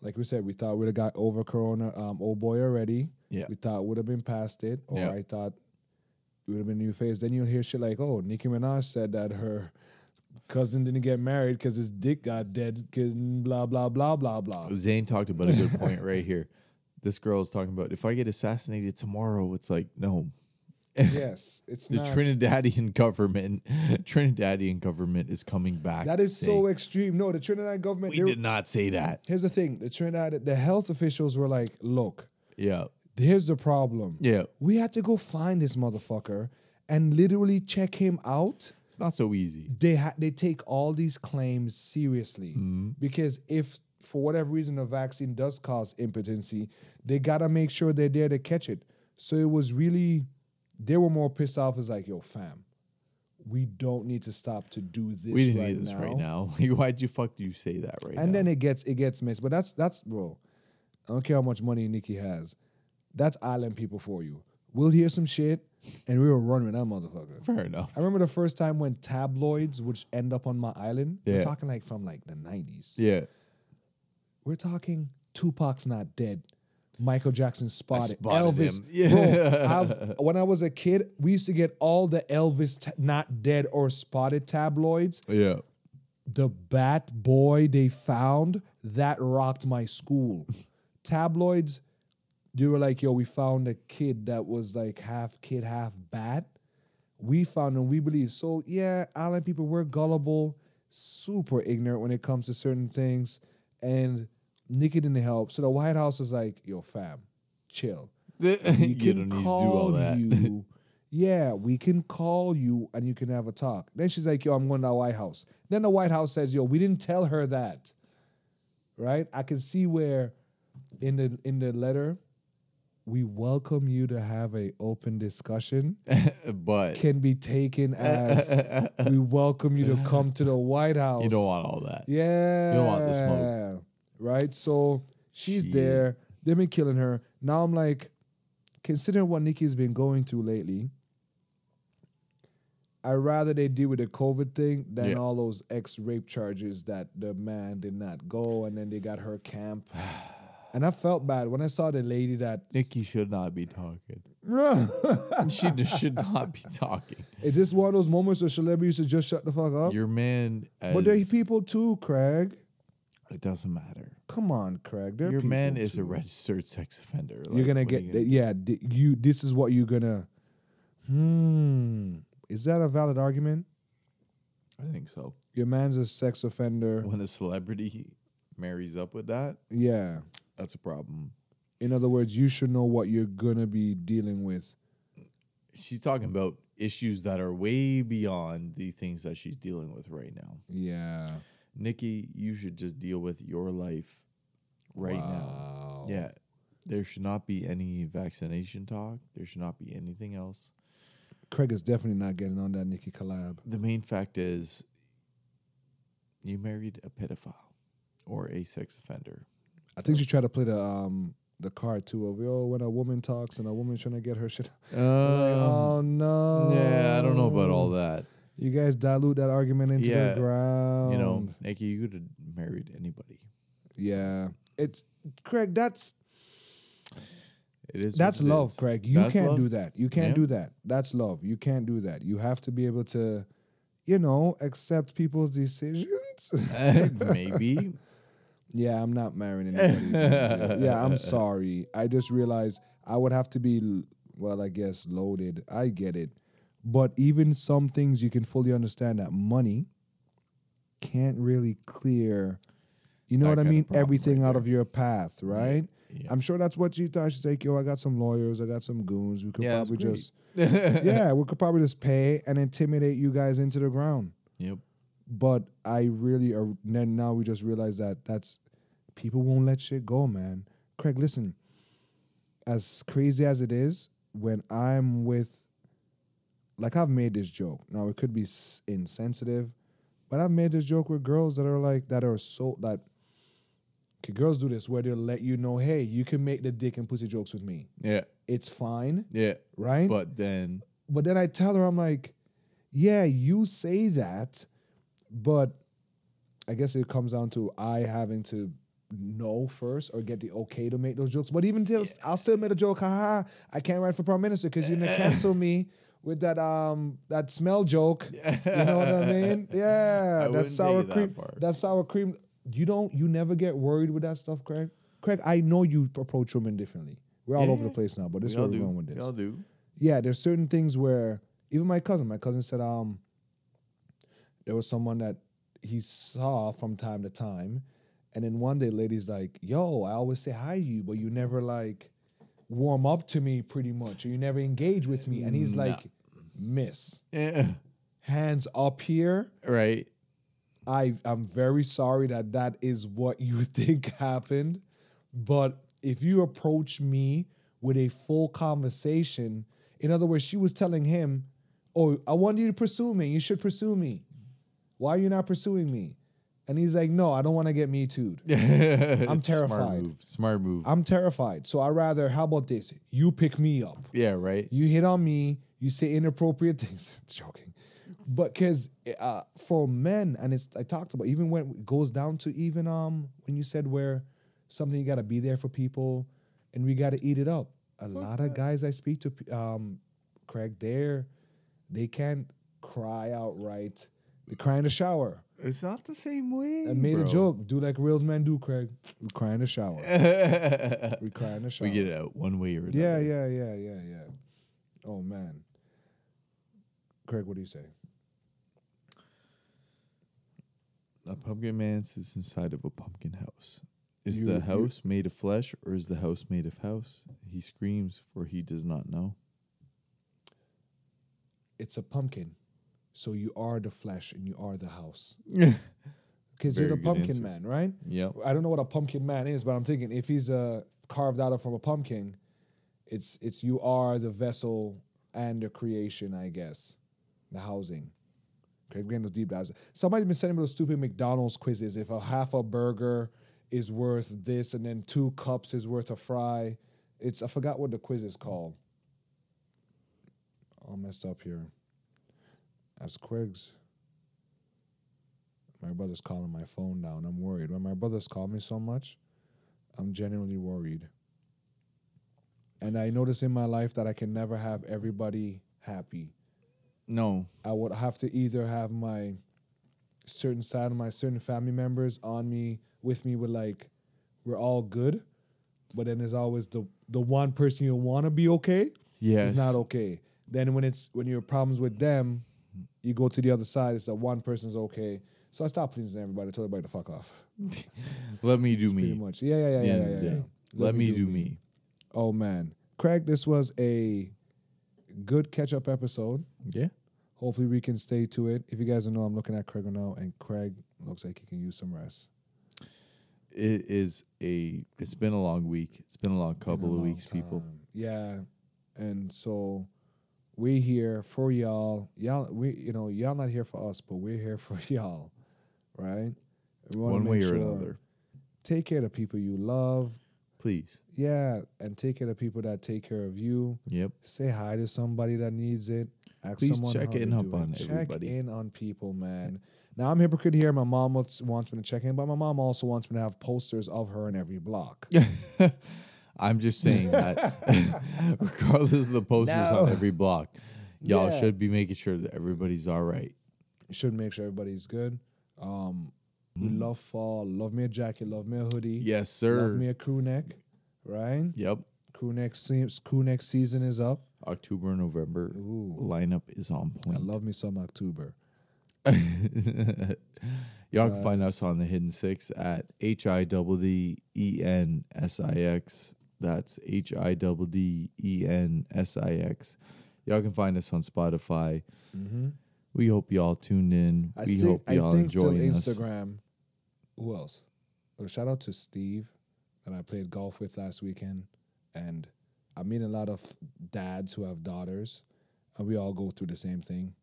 A: Like we said, we thought we'd have got over Corona, um, old boy already.
B: Yeah.
A: We thought would have been past it, or
B: Yeah.
A: I thought it would have been a new phase. Then you'll hear shit like, "Oh, Nicki Minaj said that her cousin didn't get married because his dick got dead." Because blah blah blah blah blah.
B: Zane talked about a good point right here. This girl is talking about if I get assassinated tomorrow, it's like, no,
A: yes, it's
B: The
A: not.
B: Trinidadian government, Trinidadian government is coming back.
A: that
B: to
A: is
B: say,
A: so extreme. No, the Trinidad government.
B: We
A: they-
B: did not say that.
A: Here's the thing: the Trinidad, the health officials were like, "Look,
B: Yeah,
A: here's the problem.
B: yeah.
A: We had to go find this motherfucker." And literally check him out.
B: It's not so easy.
A: they ha- they take all these claims seriously
B: Mm-hmm.
A: because if for whatever reason a vaccine does cause impotency, they gotta make sure they're there to catch it. So it was really they were more pissed off as like, yo, fam, we don't need to stop to do this.
B: we didn't
A: right
B: need this
A: now.
B: right now. Like, why'd you fuck do you say that right
A: And
B: now?
A: then it gets it gets missed. But that's that's bro. I don't care how much money Nikki has. That's island people for you. We'll hear some shit and we will run with that motherfucker.
B: fair enough.
A: I remember the first time when tabloids would end up on my island. We're
B: Yeah.
A: talking like from like the 90s.
B: Yeah,
A: We're talking Tupac's not dead. Michael Jackson spotted,
B: spotted
A: Elvis.
B: him. Yeah.
A: Bro, I've- when I was a kid, we used to get all the Elvis t- not dead or spotted tabloids.
B: yeah.
A: The bat boy they found that rocked my school. tabloids you were like, yo, we found a kid that was like half kid, half bat. We found him, we believe. So yeah, island people, we're gullible, super ignorant when it comes to certain things. And Nikki didn't help. So the White House is like, yo, fam, chill.
B: you
A: We can
B: don't need to do all
A: call
B: that.
A: you. yeah, we can call you and you can have a talk. Then she's like, yo, I'm going to the White House. Then the White House says, yo, we didn't tell her that. Right? I can see where in the in the letter, we welcome you to have a open discussion
B: Eh. but
A: can be
B: Eh,
A: taken as we welcome you to come to the White House.
B: you don't want all that.
A: Yeah.
B: don't want the smoke.
A: Right? So she's
B: Shit.
A: there. They've been killing her. Now I'm like, considering what Nikki's been going through lately, I'd rather they deal with the COVID thing than
B: Yeah.
A: all those ex rape charges that the man did not go and then they got her camp. And I felt bad when I saw the lady that.
B: Nikki should not be talking. She just should not be talking.
A: Is this one of those moments where celebrities should just shut the fuck up?
B: Your man, as,
A: But they're people too, Craig.
B: It doesn't matter.
A: Come on, Craig. They're
B: Your
A: people
B: man is a
A: too.
B: registered sex offender.
A: you're
B: Like,
A: gonna
B: what are
A: get
B: you
A: th- yeah d- you this is what you're gonna hmm is that a valid argument
B: I think so.
A: your man's a sex offender
B: When a celebrity marries up with that,
A: yeah
B: that's a problem.
A: in other words you should know what you're gonna be dealing with
B: She's talking about issues that are way beyond the things that she's dealing with right now.
A: yeah
B: Nikki, you should just deal with your life right
A: Wow.
B: now. Yeah. There should not be any vaccination talk. There should not be anything else.
A: craig is definitely not getting on that nikki collab
B: The main fact is you married a pedophile or a sex offender.
A: i think she tried to play the um the card too of yo when a woman talks and a woman's trying to get her shit like, oh no
B: Um, yeah, I don't know about all that.
A: you guys dilute that argument into
B: Yeah,
A: the ground
B: You know, Nikki, you could have married anybody.
A: yeah it's craig that's
B: It is what
A: That's
B: it
A: love,
B: is.
A: Craig. You
B: That's
A: can't
B: love.
A: do that. You can't
B: Yeah.
A: do that. That's love. You can't do that. You have to be able to, you know, accept people's decisions.
B: Maybe.
A: yeah, I'm not marrying anybody. yeah, I'm sorry. I just realized I would have to be, l- well, I guess loaded. I get it. But even some things you can fully understand that money can't really clear, you know
B: That
A: what I
B: kind of
A: mean?
B: problem
A: Everything
B: right
A: out
B: there.
A: of your path, right?
B: Yeah.
A: I'm sure that's what you thought. She's like, yo, I got some lawyers, I got some goons. We could
B: Yeah, that's
A: probably
B: great.
A: just, yeah, we could probably just pay and intimidate you guys into the ground.
B: Yep.
A: But I really, are, then now we just realize that that's, people won't let shit go, man. Craig, listen, as crazy as it is, when I'm with, like I've made this joke. Now it could be s- insensitive, but I've made this joke with girls that are like that are so that. Okay, girls do this where they'll let you know, hey, you can make the dick and pussy jokes with me.
B: Yeah.
A: It's fine,
B: Yeah.
A: right? But,
B: But then
A: then I tell her, I'm like, yeah, you say that, but I guess it comes down to I having to know first or get the okay to make those jokes. But even still, I'll still make a joke. Haha, I can't write for prime minister because you're gonna cancel me with that um that smell joke. You know what I mean? Yeah,
B: I
A: that
B: wouldn't
A: sour
B: take it that
A: cream.
B: far.
A: That, sour cream. You don't. You never get worried with that stuff, Craig. Craig, I know you approach women differently. We're all
B: Yeah,
A: over the
B: yeah.
A: place now, but this
B: we
A: is where
B: all
A: we're
B: do.
A: going with
B: We
A: this
B: all do.
A: yeah, there's certain things where even my cousin, my cousin said, um, there was someone that he saw from time to time, and then one day, lady's like, "Yo, I always say hi to you, but you never like warm up to me, pretty much, or you never engage with me." And he's
B: Nah.
A: like, "Miss,
B: Yeah.
A: hands up here."
B: Right.
A: I I'm very sorry that that is what you think happened, but if you approach me with a full conversation, in other words, she was telling him, "Oh, I want you to pursue me. You should pursue me. Why are you not pursuing me?" And he's like, "No, I don't want to get me too'd.
B: I'm
A: terrified.
B: Smart move. Smart move.
A: I'm terrified. So I rather how about this? You pick me up.
B: yeah. Right.
A: You hit on me. You say inappropriate things. Joking, but because uh, for men, and it's I talked about even when it goes down to even um when you said where something you got to be there for people, and we got to eat it up. A lot of guys I speak to, um, Craig, they're they can't cry outright. They cry in the shower.
B: It's not the same way.
A: I made a
B: bro.
A: joke. Do like real men do, Craig. We cry in the shower. we cry in the shower.
B: we get it out one way or another.
A: Yeah, yeah, yeah, yeah, yeah. Oh man. Craig, what do you say?
B: A pumpkin man sits inside of a pumpkin house. Is
A: You- you-
B: the house made of flesh or is the house made of house? He screams, for he does not know.
A: It's a pumpkin. So you are the flesh and you are the house. Because you're
B: Very
A: the
B: good
A: pumpkin
B: answer.
A: man, right?
B: yep.
A: I don't know what a pumpkin man is, but I'm thinking if he's uh, carved out of from a pumpkin, it's it's you are the vessel and the creation, I guess, the housing. Craig getting those deep dives. Somebody's been sending me those stupid McDonald's quizzes. If a half a burger is worth this, and then two cups is worth a fry, it's I forgot what the quiz is called. All messed up here. That's Quigs. My brother's calling my phone now, and I'm worried. When my brother's called me so much, I'm genuinely worried. And I notice in my life that I can never have everybody happy.
B: No.
A: I would have to either have my certain side of my certain family members on me with me with like we're all good, but then there's always the the one person you want to be okay
B: Yes.
A: is not okay. Then when it's when you have problems with them, you go to the other side. It's that one person's okay. So I stopped pleasing everybody. I told everybody to fuck off.
B: Let me do
A: Pretty
B: me.
A: much. Yeah, yeah, yeah,
B: At the
A: yeah,
B: end
A: yeah.
B: of the
A: yeah.
B: day. Let, me do me.
A: Oh man, Craig, this was a good catch up episode.
B: Yeah.
A: Hopefully we can stay to it. If you guys don't know, I'm looking at Craig now, and Craig looks like he can use some rest.
B: It is a. It's been a long week. It's been a long
A: Been a
B: couple of
A: long
B: weeks, people.
A: time. Yeah, and so we here for y'all. Y'all, we you know y'all not here for us, but we're here for y'all, right? We wanna
B: One
A: make
B: way or
A: sure-
B: another.
A: Take care of the people you love.
B: Please.
A: Yeah, and take care of the people that take care of you.
B: Yep.
A: Say hi to somebody that needs it. Ask
B: Please
A: someone
B: check
A: how they're
B: in up
A: doing.
B: on
A: check
B: everybody.
A: in on people, man. Now I'm a hypocrite here. My mom wants, wants me to check in, but my mom also wants me to have posters of her in every block.
B: I'm just saying that regardless of the posters
A: No.
B: on every block, y'all
A: Yeah.
B: should be making sure that everybody's all right.
A: Should make sure everybody's good. Um, we love fall. Love me a jacket. Love me a hoodie.
B: Yes,
A: Love me
B: sir.
A: a crew neck. Right.
B: Yep.
A: Crew neck seems. Crew neck season is up.
B: October and November
A: Ooh.
B: lineup is on
A: I
B: point.
A: love me some October.
B: Y'all can find us on the Hidden Six at H I D D E N S I X. That's H I D D E N S I X. Y'all can find us on Spotify.
A: Mm-hmm.
B: We hope y'all tuned in.
A: I
B: we
A: think,
B: hope y'all
A: I think still
B: enjoying us.
A: Instagram. Who else? Oh, shout out to Steve that I played golf with last weekend, and I meet a lot of dads who have daughters, and we all go through the same thing.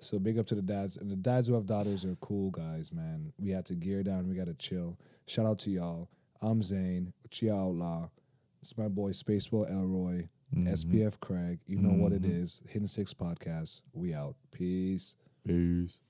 A: So big up to the dads, and the dads who have daughters are cool guys, man. We had to gear down, we got to chill. Shout out to y'all. I'm Zane, Chia Outlaw. It's my boy Spaceball Elroy,
B: Mm-hmm.
A: SPF Craig. You know what it is. Hidden Six Podcast. We out. Peace.
B: Peace.